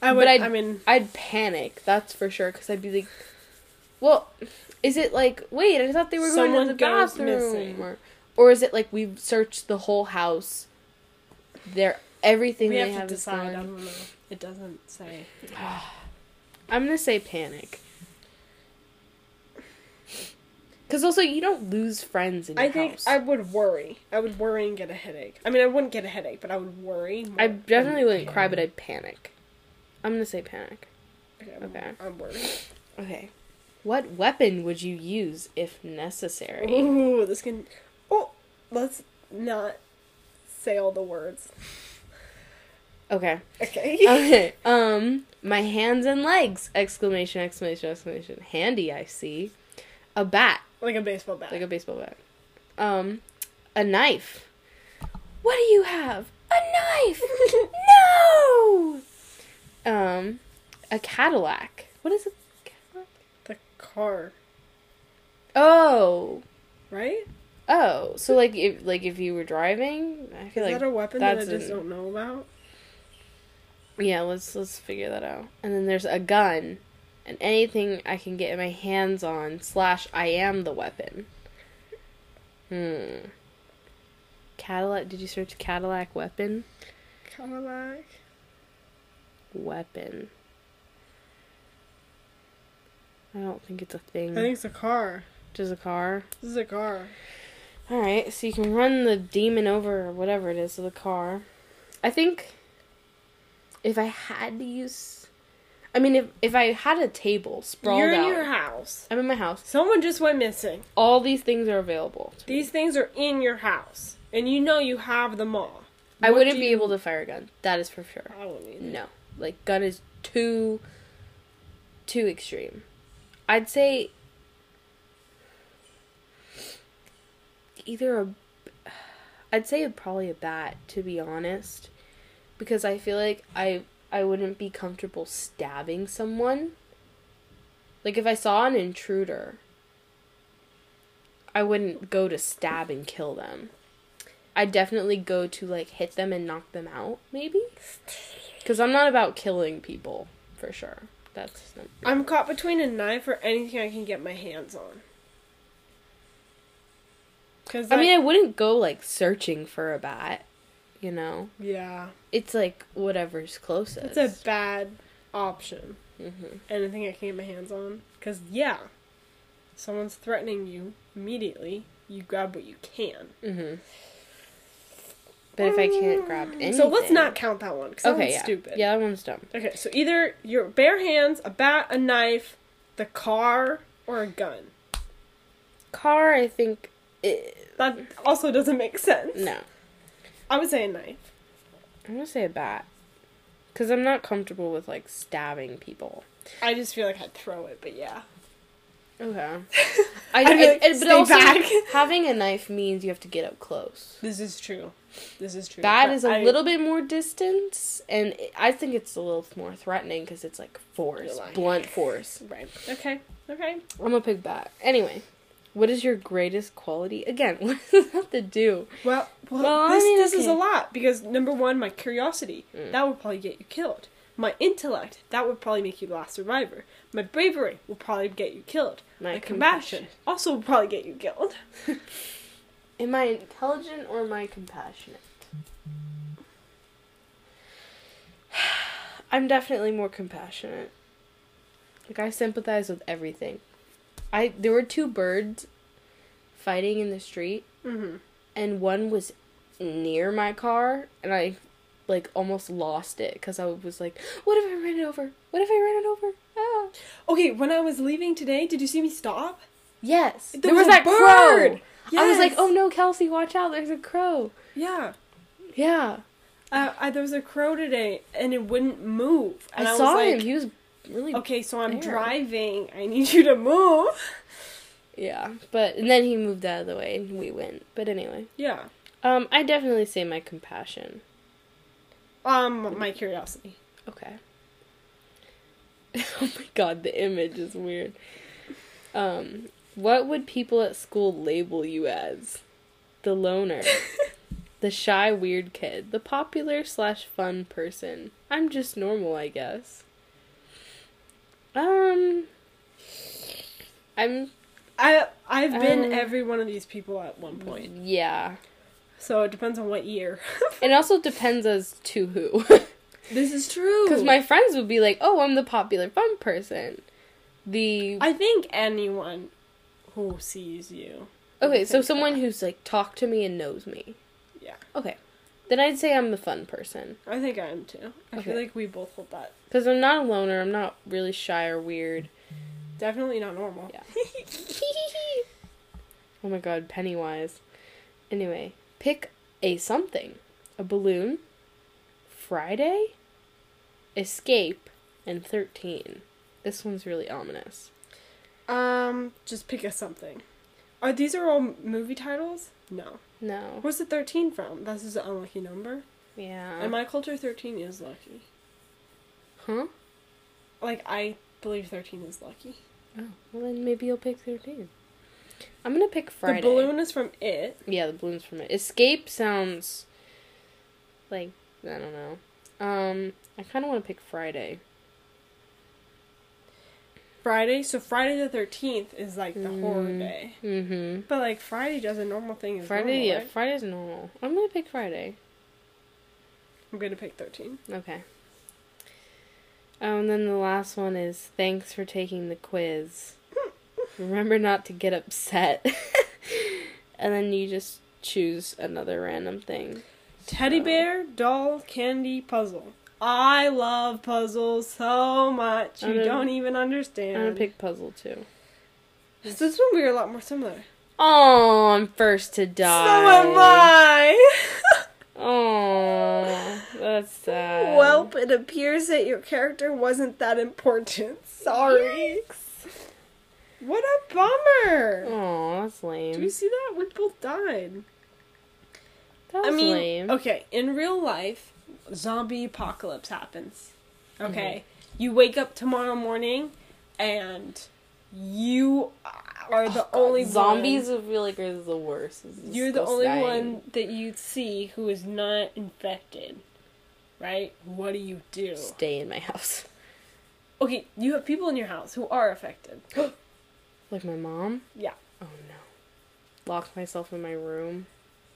S2: I
S1: But
S2: would.
S1: I'd-
S2: I mean,
S1: I'd panic, that's for sure, because I'd be like, well, is it like, wait, I thought they were going
S2: Someone
S1: to the
S2: goes
S1: bathroom?
S2: missing.
S1: Or, or is it like we've searched the whole house? There, everything
S2: we
S1: they
S2: have to
S1: have is
S2: decide. I
S1: gone.
S2: don't know. It doesn't say.
S1: I'm gonna say panic. Because also, you don't lose friends in your
S2: I think
S1: house.
S2: I would worry. I would worry and get a headache. I mean, I wouldn't get a headache, but I would worry. More.
S1: I definitely wouldn't cry, but I'd panic. I'm gonna say panic.
S2: Okay, I'm,
S1: Okay.
S2: I'm worried.
S1: Okay. What weapon would you use if necessary?
S2: Ooh, this can. Oh, let's not say all the words.
S1: Okay.
S2: Okay.
S1: okay. Um, my hands and legs! Exclamation! Exclamation! Exclamation! Handy, I see. A bat,
S2: like a baseball bat.
S1: like a baseball bat. Um, a knife. What do you have? A knife! no. Um, a Cadillac. What is a Cadillac?
S2: the car,
S1: Oh,
S2: right?
S1: oh. So like, if like if you were driving, I feel
S2: Is
S1: like
S2: that a weapon that I
S1: that's
S2: just
S1: an-
S2: don't know about?
S1: Yeah, let's let's figure that out. And then there's a gun, and anything I can get my hands on slash I am the weapon. Hmm. Cadillac? Did you search Cadillac weapon?
S2: Cadillac.
S1: Weapon. I don't think it's a thing.
S2: I think it's a car.
S1: Just a car.
S2: This is a car.
S1: All right, so you can run the demon over or whatever it is of the car. I think if I had to use, I mean, if if I had a table sprawled
S2: You're in
S1: out,
S2: your house.
S1: I'm in my house.
S2: Someone just went missing.
S1: All these things are available. to me.
S2: These things are in your house, and you know you have them all.
S1: I
S2: What
S1: wouldn't
S2: do
S1: be
S2: you-
S1: able to fire a gun. That is for sure.
S2: I wouldn't either.
S1: No, like gun is too, too extreme. I'd say either a, I'd say probably a bat to be honest, because I feel like I I wouldn't be comfortable stabbing someone. Like if I saw an intruder, I wouldn't go to stab and kill them. I'd definitely go to like hit them and knock them out, maybe. Because I'm not about killing people, for sure. That's not-
S2: I'm caught between a knife or anything I can get my hands on. Cause
S1: I mean, I wouldn't go like searching for a bat. You know,
S2: yeah,
S1: it's like whatever's closest.
S2: it's a bad option.
S1: Mhm.
S2: anything I can get my hands on. Because, yeah, someone's threatening you immediately. You grab what you can.
S1: Mhm. But if I can't grab anything,
S2: So let's not count that one because that
S1: Okay,
S2: one's
S1: yeah,
S2: stupid.
S1: yeah, that one's dumb.
S2: Okay, so either your bare hands, a bat, a knife, the car, or a gun.
S1: Car, I think. It,
S2: That also doesn't make sense.
S1: no,
S2: I would say a knife.
S1: I'm gonna say a bat, because I'm not comfortable with like stabbing people.
S2: I just feel like I'd throw it, but yeah.
S1: Okay. I,
S2: I'd be
S1: I-
S2: like,
S1: and- but
S2: "Stay
S1: also,
S2: back."
S1: having a knife means you have to get up close.
S2: This is true. This is true.
S1: That
S2: But
S1: is a
S2: I-
S1: little bit more distance, and it- I think it's a little more threatening because it's like force,
S2: You're lying.
S1: blunt force.
S2: Right. Okay. Okay.
S1: I'm gonna pick bat. Anyway, what is your greatest quality? Again, what does that have to do?
S2: Well, well,
S1: Well, I
S2: this,
S1: mean,
S2: this is a
S1: okay. Mm.
S2: lot because number one, my curiosity that would probably get you killed. My intellect, that would probably make you the last survivor. My bravery will probably get you killed.
S1: My
S2: My compassion also will probably get you killed.
S1: Am I intelligent or am I compassionate? I'm definitely more compassionate. Like I sympathize with everything. I there were two birds fighting in the street
S2: Mm-hmm.
S1: and one was near my car and I like almost lost it cuz I was like, what if I ran it over? What if I ran it over? Ah.
S2: Okay, when I was leaving today, did you see me stop?
S1: Yes. There,
S2: There
S1: was,
S2: was a
S1: that
S2: bird!
S1: crow. I was like,
S2: Yes.
S1: "Oh no, Kelsey, watch out. There's a crow."
S2: Yeah.
S1: Yeah.
S2: Uh, I, there was a crow today, and it wouldn't move. And
S1: I,
S2: was
S1: saw
S2: like,
S1: him. He was really
S2: Okay, so I'm
S1: There.
S2: driving. I need you to move.
S1: yeah, but and then he moved out of the way and we went. But anyway,
S2: Yeah.
S1: um, I definitely say my compassion.
S2: Um, my curiosity.
S1: Okay. oh my god, the image is weird. Um, what would people at school label you as? The loner, the shy, weird kid, the popular slash fun person. I'm just normal, I guess. Um, I'm
S2: I I've been
S1: Um,
S2: every one of these people at one point.
S1: yeah.
S2: So it depends on what year.
S1: It also depends as to who.
S2: this is true.
S1: Because my friends would be like, "Oh, I'm the popular fun person." The
S2: I think anyone who sees you.
S1: okay, so
S2: think
S1: someone who's like talked to me and knows me.
S2: Yeah.
S1: Okay, then I'd say I'm the fun person
S2: I think I am too. I feel
S1: Okay.
S2: like we both hold that.
S1: because I'm not a loner. I'm not really shy or weird.
S2: Definitely not normal.
S1: Yeah. oh my god, Pennywise. Anyway, pick a something: a balloon, Friday, escape, and thirteen. This one's really ominous.
S2: Um, just pick a something. Are these are all movie titles? No.
S1: No.
S2: Where's the thirteen from? That's just an unlucky number.
S1: Yeah.
S2: In my culture, thirteen is lucky.
S1: Huh?
S2: Like I believe thirteen is lucky.
S1: Oh, well then maybe you'll pick 13. I'm gonna pick Friday.
S2: The balloon is from it.
S1: Yeah, the balloon's from it. Escape sounds like I don't know. Um, I kind of want to pick Friday.
S2: Friday. So Friday the thirteenth is like the horror
S1: Mm.
S2: day.
S1: Mm-hmm.
S2: But like Friday does a normal thing. Is
S1: Friday,
S2: normal,
S1: yeah,
S2: right?
S1: Friday's normal. I'm gonna pick Friday.
S2: I'm gonna pick thirteen.
S1: Okay. Oh, and then the last one is thanks for taking the quiz. Remember not to get upset. and then you just choose another random thing.
S2: Teddy
S1: So-
S2: bear, doll, candy, puzzle. I love puzzles so much.
S1: I'm
S2: You
S1: gonna-
S2: don't even
S1: I'm gonna
S2: understand.
S1: pick puzzle too.
S2: This is when we were a lot more similar.
S1: Oh, I'm first to die.
S2: So am I.
S1: Oh, that's sad.
S2: Welp, it appears that your character wasn't that important. Sorry. What a bummer.
S1: Oh, that's lame.
S2: Do you see that? We both died.
S1: that was
S2: I mean,
S1: lame.
S2: okay, in real life, zombie apocalypse happens. Okay,
S1: Mm-hmm.
S2: you wake up tomorrow morning and you are the only one-
S1: Oh, zombies. I feel like are the worst. It's
S2: You're the only
S1: disgusting.
S2: one that you see who is not infected, right? What do you do?
S1: Stay in my house,
S2: Okay, you have people in your house who are affected.
S1: like my mom.
S2: Yeah.
S1: Oh no, locked myself in my room.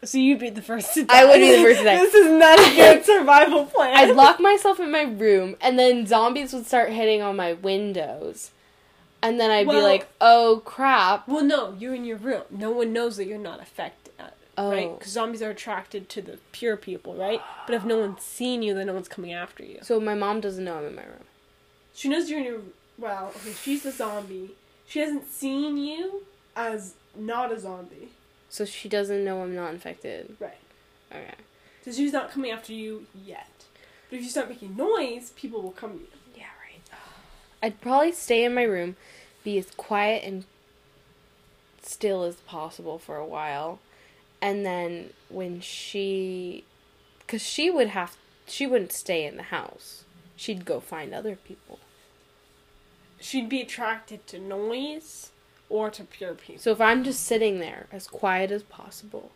S2: So you'd be the first to die.
S1: I would be the first to die.
S2: this is not a good survival plan.
S1: I'd lock myself in my room, and then zombies would start hitting on my windows, and then I'd be
S2: Well-
S1: like, "Oh crap!"
S2: Well, no, you're in your room. No one knows that you're not affected, right? 'Cause right?
S1: Oh.
S2: Because zombies are attracted to the pure people, right? But if no one's seen you, then no one's coming after you.
S1: So my mom doesn't know I'm in my room.
S2: She knows you're in your. Well, okay, she's a zombie. She hasn't seen you as not a zombie,
S1: So she doesn't know I'm not infected.
S2: right?
S1: Okay.
S2: Because she's not coming after you yet. But if you start making noise, people will come to you.
S1: Yeah, right. I'd probably stay in my room, be as quiet and still as possible for a while, and then when she, because she would have, she wouldn't stay in the house. She'd go find other people.
S2: She'd be attracted to noise or to pure people.
S1: So if I'm just sitting there as quiet as possible,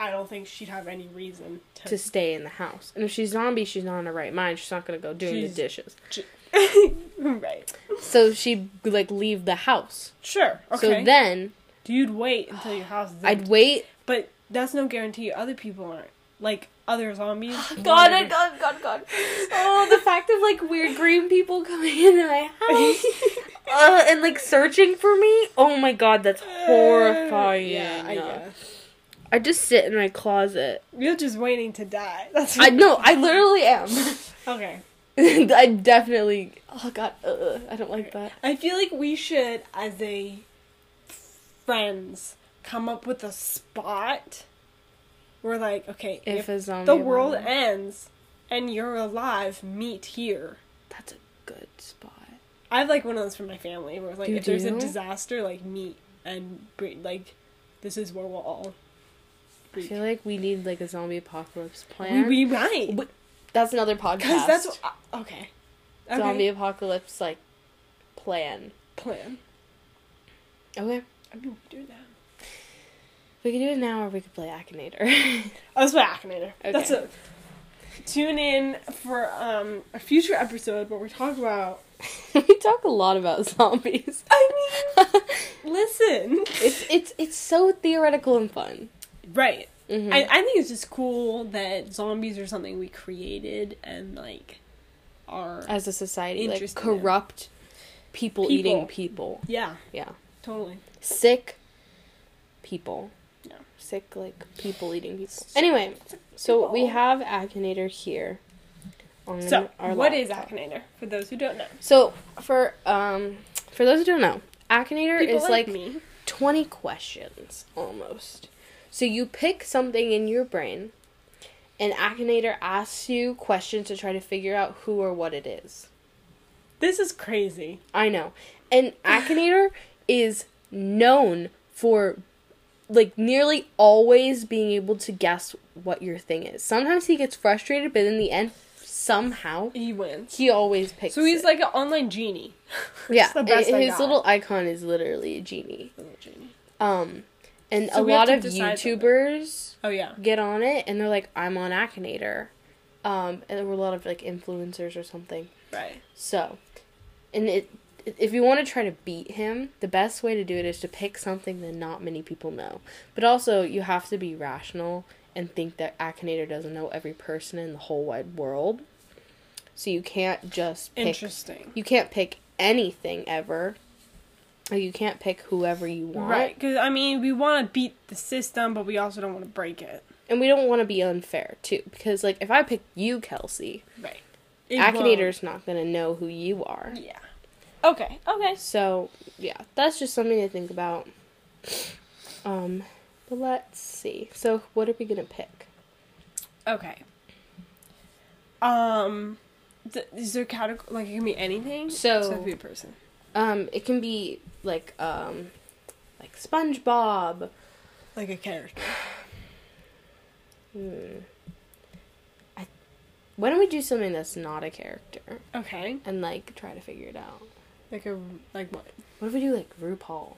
S2: I don't think she'd have any reason
S1: to stay in the house. And if she's zombie, she's not in her right mind. She's not gonna go doing
S2: She's-
S1: the dishes.
S2: right.
S1: So she like leave the house.
S2: Sure. Okay.
S1: So then
S2: You'd wait until your house is
S1: I'd
S2: empty.
S1: wait.
S2: But that's no guarantee other people aren't. Like other zombies.
S1: Oh, God,
S2: won't.
S1: God, God, God. Oh, the fact of like weird green people coming into my house uh, and like searching for me. Oh my God, that's horrifying.
S2: Uh, Yeah, I guess.
S1: I just sit in my closet.
S2: You're just waiting to die. That's
S1: I no, I literally am.
S2: okay.
S1: I definitely. Oh God, uh, I don't like that.
S2: I feel like we should, as a friends, come up with a spot. We're like, okay,
S1: If
S2: if,
S1: a zombie.
S2: the world
S1: around-
S2: ends and you're alive, meet here.
S1: That's a good spot.
S2: I have like one of those from my family where it's like
S1: You
S2: if there's a
S1: do?
S2: disaster, like meet and br- like this is where we'll all.
S1: I
S2: meet.
S1: feel like we need like a zombie apocalypse
S2: we
S1: plan.
S2: we might
S1: But- that's another
S2: because
S1: podcast.
S2: that's what, I- okay. okay.
S1: zombie apocalypse like plan.
S2: plan.
S1: Okay,
S2: I mean, we do that.
S1: we could do it now, or we could play Akinator.
S2: Oh, that's what Akinator.
S1: Okay.
S2: That's it. Tune in for um, a future episode where we talk about.
S1: we talk a lot about zombies.
S2: I mean, listen.
S1: it's it's it's so theoretical and fun.
S2: Right.
S1: Mhm.
S2: I, I think it's just cool that zombies are something we created and like are.
S1: As a society, like
S2: Interesting.
S1: corrupt people, eating
S2: People.
S1: people.
S2: yeah,
S1: Yeah,
S2: totally.
S1: sick people.
S2: Yeah.
S1: Sick like people eating people. Anyway, so we have Akinator here. On
S2: So,
S1: our
S2: what is
S1: laptop.
S2: Akinator? For those who don't know,
S1: So for um for those who don't know, Akinator
S2: people
S1: is
S2: like,
S1: like,
S2: me.
S1: twenty questions almost. So you pick something in your brain, and Akinator asks you questions to try to figure out who or what it is.
S2: This is crazy.
S1: I know, and Akinator is known for like nearly always being able to guess what your thing is. Sometimes he gets frustrated, but in the end, somehow
S2: He wins.
S1: he always picks.
S2: so he's
S1: it.
S2: like an online genie.
S1: Yeah,
S2: It's the best
S1: and
S2: I
S1: his
S2: got.
S1: little icon is literally a genie.
S2: Little genie.
S1: Um, and
S2: So
S1: a
S2: we have
S1: lot
S2: to
S1: of
S2: decide something.
S1: YouTubers
S2: Oh yeah.
S1: get on it and they're like, "I'm on Akinator," um, and there were a lot of like influencers or something.
S2: Right.
S1: So, and it if you want to try to beat him, the best way to do it is to pick something that not many people know. But also, you have to be rational and think that Akinator doesn't know every person in the whole wide world. So you can't just pick
S2: Interesting.
S1: you can't pick anything ever. Or you can't pick whoever you want.
S2: Right. Because I mean, we want to beat the system, but we also don't want to break it.
S1: And we don't want to be unfair too, because like if I pick you, Kelsey,
S2: Right.
S1: Akinator's not gonna know who you are.
S2: Yeah. Okay. Okay.
S1: So yeah, that's just something to think about. Um, but let's see. So what are we gonna pick?
S2: Okay. Um, th- is there category like it can be anything?
S1: So-
S2: It's gotta be a person.
S1: Um, it can be like um, like SpongeBob.
S2: Like a character.
S1: Hmm. I, why don't we do something that's not a character
S2: Okay.
S1: and like try to figure it out?
S2: Like a like what?
S1: What if we do like RuPaul?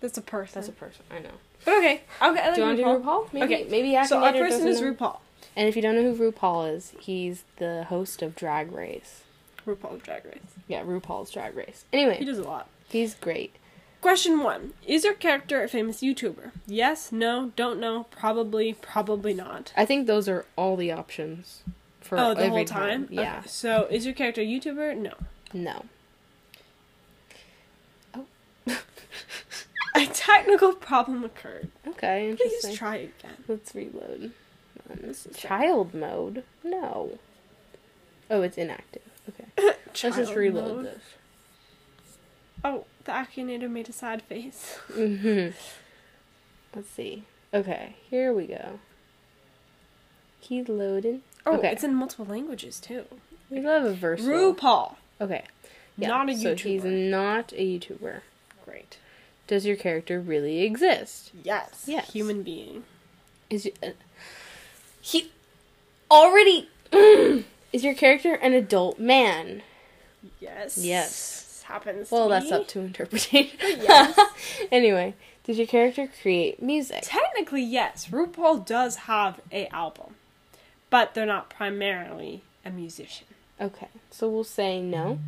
S2: That's a person.
S1: That's a person. I know.
S2: but okay. Okay. I like
S1: do you want to do
S2: RuPaul.
S1: RuPaul? Maybe,
S2: Okay.
S1: maybe Akinator
S2: So our person
S1: doesn't
S2: is
S1: know.
S2: RuPaul.
S1: And if you don't know who RuPaul is, he's the host of Drag Race.
S2: RuPaul Drag Race.
S1: Yeah, RuPaul's Drag Race.
S2: He
S1: Anyway,
S2: does a lot.
S1: he's great.
S2: Question one: Is your character a famous YouTuber? Yes. No. Don't know. Probably. Probably not.
S1: I think those are all the options for
S2: oh, the
S1: every
S2: whole time.
S1: Yeah.
S2: Okay. So is your character a YouTuber? No.
S1: No.
S2: A technical problem occurred.
S1: Okay,
S2: Please
S1: interesting.
S2: try again.
S1: Let's reload. Um,
S2: This is-
S1: child mode? No. Oh, it's inactive. Okay. Let's just
S2: Child
S1: reload
S2: mode.
S1: this.
S2: Oh, the Akinator made a sad face.
S1: Mm-hmm. Let's see. Okay, here we go. He's loading.
S2: Oh,
S1: Okay.
S2: it's in multiple languages too.
S1: We love a verse.
S2: RuPaul.
S1: Okay. Yeah.
S2: Not a
S1: So he's
S2: YouTuber.
S1: not a YouTuber.
S2: Great.
S1: Does your character really exist?
S2: Yes.
S1: Yes.
S2: Human being.
S1: Is y- uh, he already is your character an adult man?
S2: Yes.
S1: Yes.
S2: This happens.
S1: Well,
S2: to
S1: that's
S2: me.
S1: up to interpretation. anyway, Did your character create music?
S2: Technically, yes, RuPaul does have a album, but they're not primarily a musician.
S1: Okay, so we'll say no,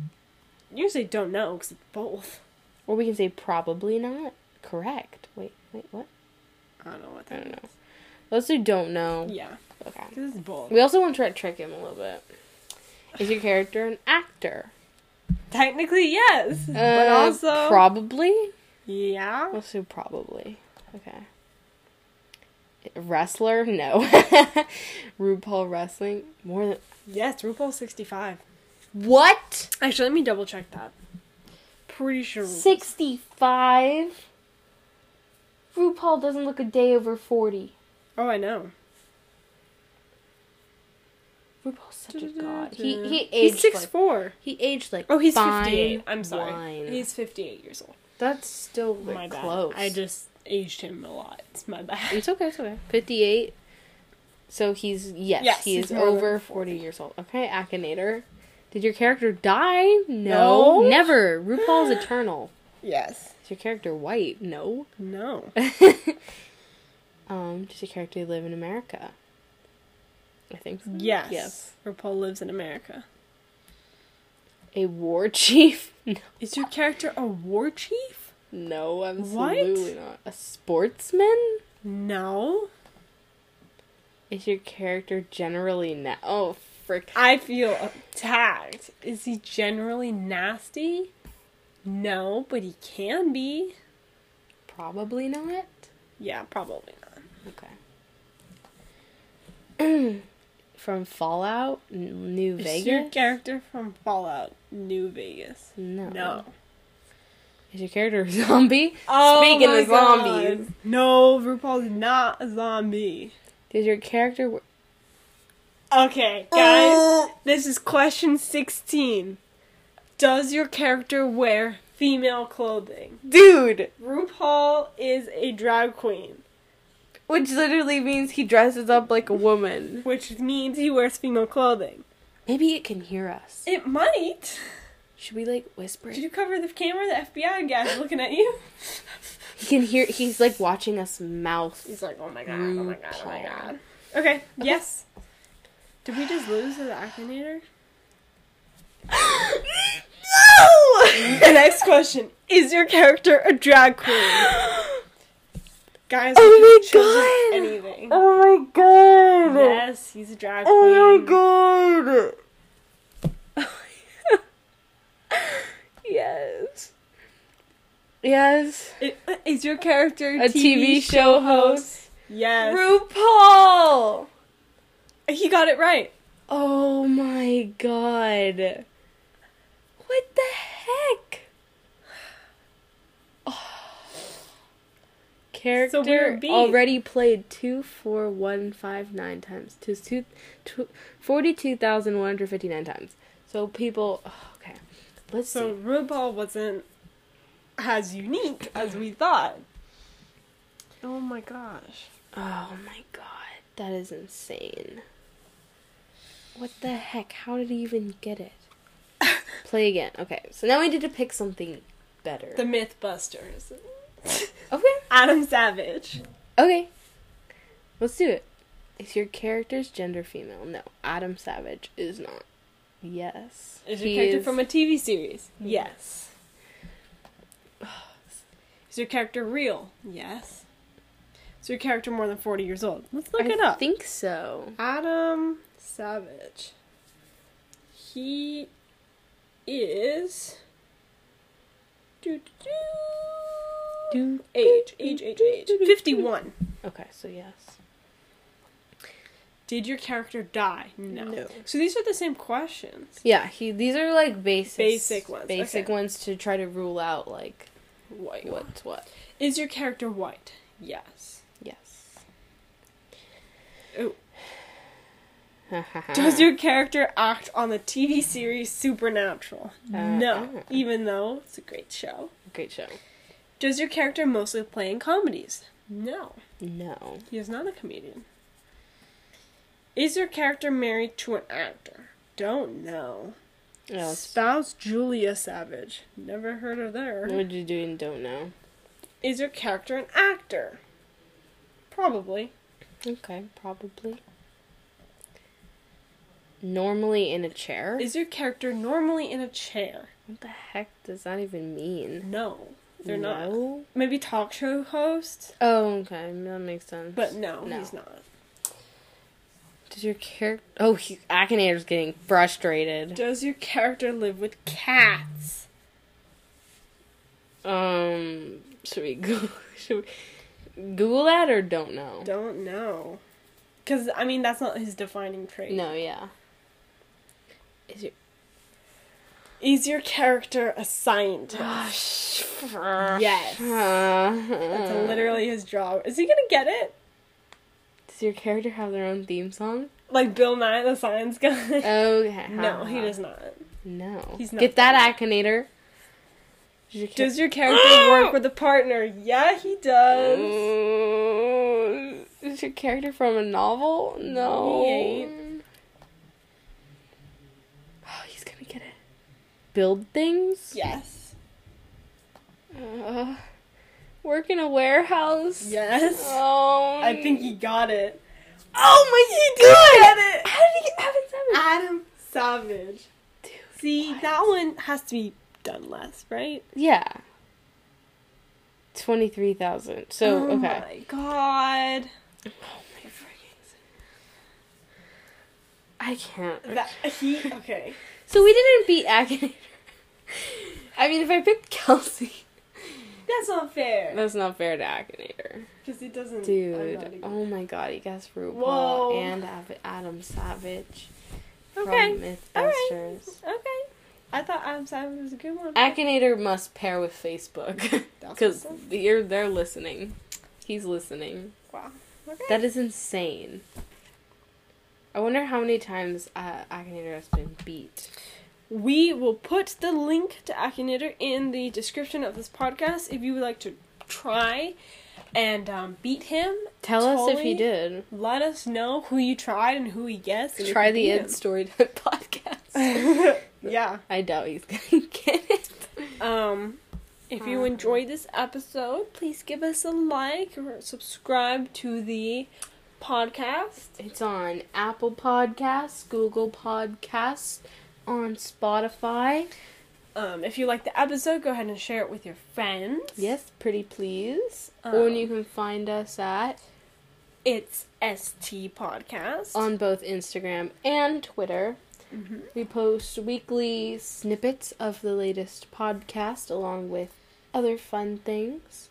S2: Usually, don't know because both.
S1: or we can say probably not. Correct. Wait, wait, what?
S2: I don't know what
S1: I
S2: that
S1: don't
S2: is.
S1: know. Let's do don't know.
S2: Yeah,
S1: Okay.
S2: because it's both.
S1: We also want to try to trick him a little bit. Is your character an actor?
S2: Technically, yes, but
S1: Uh,
S2: also
S1: probably.
S2: yeah.
S1: Let's do probably. Okay. Wrestler? No. RuPaul wrestling? More than
S2: Yes, RuPaul's sixty-five.
S1: what?
S2: Actually, let me double check that. Pretty sure. RuPaul-
S5: 65. RuPaul doesn't look a day over 40.
S2: Oh, I know.
S1: RuPaul's such a god. He
S2: He-
S1: he
S2: He's
S1: aged
S2: six
S1: like
S2: four.
S1: he aged like
S2: Oh, he's
S1: fine
S2: fifty-eight. I'm sorry.
S1: wine.
S2: He's fifty-eight years old.
S1: That's still like,
S2: my bad.
S1: close.
S2: I just aged him a lot. It's my bad.
S1: It's okay. It's okay. Fifty-eight. So he's yes,
S2: Yes,
S1: he
S2: he's
S1: is
S2: more than
S1: over forty years old. Okay, Akinator. Did your character die? No,
S2: No.
S1: never. RuPaul's eternal.
S2: Yes.
S1: Is your character white? No.
S2: No.
S1: um, does your character live in America? I think so.
S2: Yes.
S1: Yes.
S2: RuPaul lives in America.
S1: A war chief? No,
S2: Is your character a war chief?
S1: no,
S2: What?
S1: absolutely not. A sportsman?
S2: No.
S1: Is your character generally na- Oh, frick.
S2: I feel attacked. Is he generally nasty? No, but he can be.
S1: Probably not.
S2: Yeah, probably not.
S1: Okay. From Fallout, N- New
S2: Is your
S1: Vegas.
S2: character from Fallout New Vegas?
S1: No.
S2: No.
S1: Is your character a zombie?
S2: Oh
S1: Speaking
S2: my
S1: of zombies.
S2: God. No, RuPaul's not a zombie.
S1: Does your character? w-
S2: Okay, guys, this is question 16. Does your character wear female clothing?
S1: Dude,
S2: RuPaul is a drag queen,
S1: which literally means he dresses up like a woman.
S2: which means he wears female clothing.
S1: Maybe it can hear us.
S2: It might.
S1: Should we like whisper?
S2: Did you cover the camera? The FBI guy's looking at you.
S1: He can hear. He's like watching us mouth.
S2: He's like, oh my god, oh my god, oh my god. Okay, yes. Did we just lose to the Akinator? no! the next question Is your character a drag queen? Guys,
S1: Oh
S2: we could've
S1: my
S2: chosen anything.
S1: Oh my god! Oh
S2: Yes, he's a drag queen.
S1: god! yes. Yes.
S2: I- Is your character
S1: A TV, show host.
S2: Yes.
S1: RuPaul!
S2: he got it right.
S1: Oh my god. What the heck? Character
S2: we're beat.
S1: already played two, four, one, five, nine times. Two, two, two, 42,159 times. So people. Okay. Let's
S2: So
S1: see.
S2: RuPaul wasn't as unique as we thought. Oh my gosh.
S1: Oh my god. That is insane. What the heck? How did he even get it? Play again. Okay. So now we need to pick something better.
S2: The Mythbusters.
S1: okay.
S2: Adam Savage.
S1: Okay. Let's do it. Is your character's gender female? No. Adam Savage is not. Yes.
S2: Is your
S1: He
S2: character
S1: is-
S2: from a TV series? Yes. Is your character real? Yes. Is your character more than 40 years old? Let's look
S1: I
S2: it up.
S1: think so.
S2: Adam Savage. He is. Doo, doo, doo. Age, age, age, age. 51.
S1: Okay, so yes.
S2: Did your character die? No. So these are the same questions.
S1: Yeah, he these are like basic
S2: Basic ones,
S1: Basic
S2: okay.
S1: ones to try to rule out like
S2: White.
S1: what's what.
S2: Is your character white? Yes.
S1: Yes.
S2: Ooh. Does your character act on the TV series Supernatural?
S1: Uh,
S2: no,
S1: uh.
S2: even though it's a great show.
S1: great show?
S2: Does your character mostly play in comedies? No,
S1: No.
S2: he is not a comedian. Is your character married to an actor? Don't know.
S1: No, it's-
S2: Spouse Julia Savage. Never heard of her.
S1: What you doing? Don't know.
S2: Is your character an actor? Probably.
S1: Okay, probably. Normally in a chair?
S2: Is your character normally in a chair?
S1: What the heck does that even mean?
S2: No, they're not.
S1: No?
S2: Maybe talk show host,
S1: Oh, okay, that makes sense.
S2: but no,
S1: No.
S2: he's not.
S1: does your character? Oh, he- Akinator's getting frustrated.
S2: Does your character live with cats?
S1: Um, should we go? Should we Google that or don't know?
S2: Don't know. Because, I mean, that's not his defining trait.
S1: No, yeah. Is your
S2: Is your character a scientist? yes. That's
S1: Uh,
S2: literally his job. Is he gonna get it?
S1: does your character have their own theme song?
S2: Like Bill Nye, the science guy?
S1: Uh, Okay.
S2: no, he does not.
S1: No.
S2: He's not
S1: Get that, Akinator. Does your
S2: Does your character work with a partner? Yeah, he does.
S1: Mm. Oh, is your character from a novel? No.
S2: He ain't.
S1: Oh, he's gonna get it. Build things?
S2: Yes.
S1: Uh, work in a warehouse?
S2: Yes.
S1: Oh.
S2: I think he got it.
S1: Oh my god!
S2: Get it!
S1: How did he get Evan Seven?
S2: Adam Savage. See, that one has to be done less, right?
S1: Yeah. 23,000. So, okay.
S2: Oh my god.
S1: I can't.
S2: That, he, okay.
S1: So we didn't beat Akinator. I mean, if I picked Kelsey,
S2: That's not fair.
S1: that's not fair to Akinator.
S2: Because it doesn't. I'm not
S1: Dude,
S2: even-
S1: oh my god, he guessed RuPaul
S2: Whoa.
S1: and Av- Adam Savage
S2: Okay,
S1: from
S2: all right.
S1: MythBusters.
S2: Okay. I thought Adam Savage was a good one.
S1: Akinator must pair with Facebook
S2: That's
S1: because
S2: awesome.
S1: you're they're listening. He's listening.
S2: Wow. Okay.
S1: That is insane. I wonder how many times uh, Akinator has been beat.
S2: We will put the link to Akinator in the description of this podcast if you would like to try and um, beat him.
S1: Tell us if
S2: Totally.
S1: he did.
S2: Let us know who you tried and who he guessed. and if
S1: Try
S2: you
S1: the
S2: beat
S1: Ed Story Time podcast.
S2: him. yeah.
S1: I doubt he's gonna get it.
S2: Um, if you enjoyed this episode, please give us a like or subscribe to the podcast.
S1: It's on Apple Podcasts, Google Podcasts, on Spotify.
S2: Um, if you like the episode, go ahead and share it with your friends.
S1: Yes, pretty please. or
S2: Um,
S1: you can find us at
S2: It's ST Podcast. Mm-hmm.
S1: on both Instagram and Twitter. We post weekly snippets of the latest podcast along with other fun things.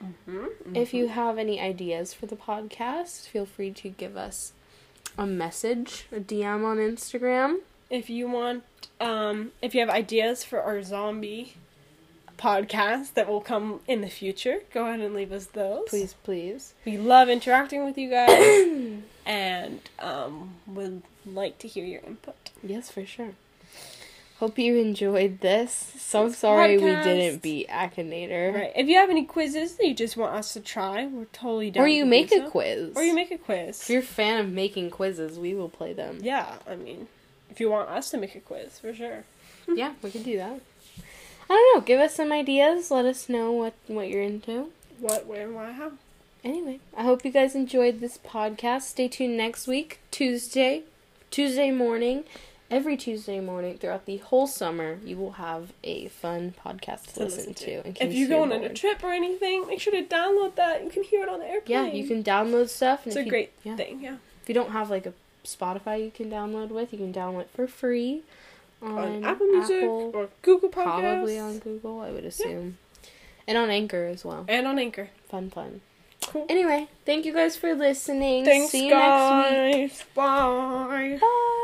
S1: If
S2: Mm-hmm.
S1: you have any ideas for the podcast, feel free to give us a message, a DM on Instagram.
S2: if you want um if you have ideas for our zombie podcast that will come in the future go ahead and leave us those
S1: Please, please.
S2: we love interacting with you guys and um would like to hear your input
S1: Yes, for sure. Hope you enjoyed this. So sorry
S2: podcast.
S1: we didn't beat Akinator.
S2: right if you have any quizzes that you just want us to try we're totally down
S1: Or
S2: to
S1: you
S2: do
S1: make a
S2: so.
S1: quiz.
S2: or you make a
S1: if
S2: quiz
S1: you're a fan of making quizzes, we will play them.
S2: yeah i mean if you want us to make a quiz for sure
S1: Yeah, we can do that. I don't know. Give us some ideas. Let us know what, what you're into.
S2: what where why how
S1: Anyway, I hope you guys enjoyed this podcast. Stay tuned next week, Tuesday, Tuesday morning. Every Tuesday morning throughout the whole summer, you will have a fun podcast to, listen, to. in
S2: if
S1: case
S2: you're going on a
S1: bored.
S2: trip or anything make sure to download that you can hear it on the airplane
S1: Yeah, you can download stuff. And
S2: it's
S1: if
S2: a
S1: you-
S2: great
S1: yeah.
S2: thing yeah
S1: If you don't have like a Spotify you can download with, you can download it for free on,
S2: on Apple Music
S1: Apple,
S2: or Google Podcasts.
S1: probably on Google, I would assume. And on Anchor as well.
S2: and on Anchor.
S1: Fun, fun.
S2: Eh. Cool.
S1: Anyway, thank you guys for listening.
S2: Thanks,
S1: See you next week.
S2: guys. Bye.
S1: Bye.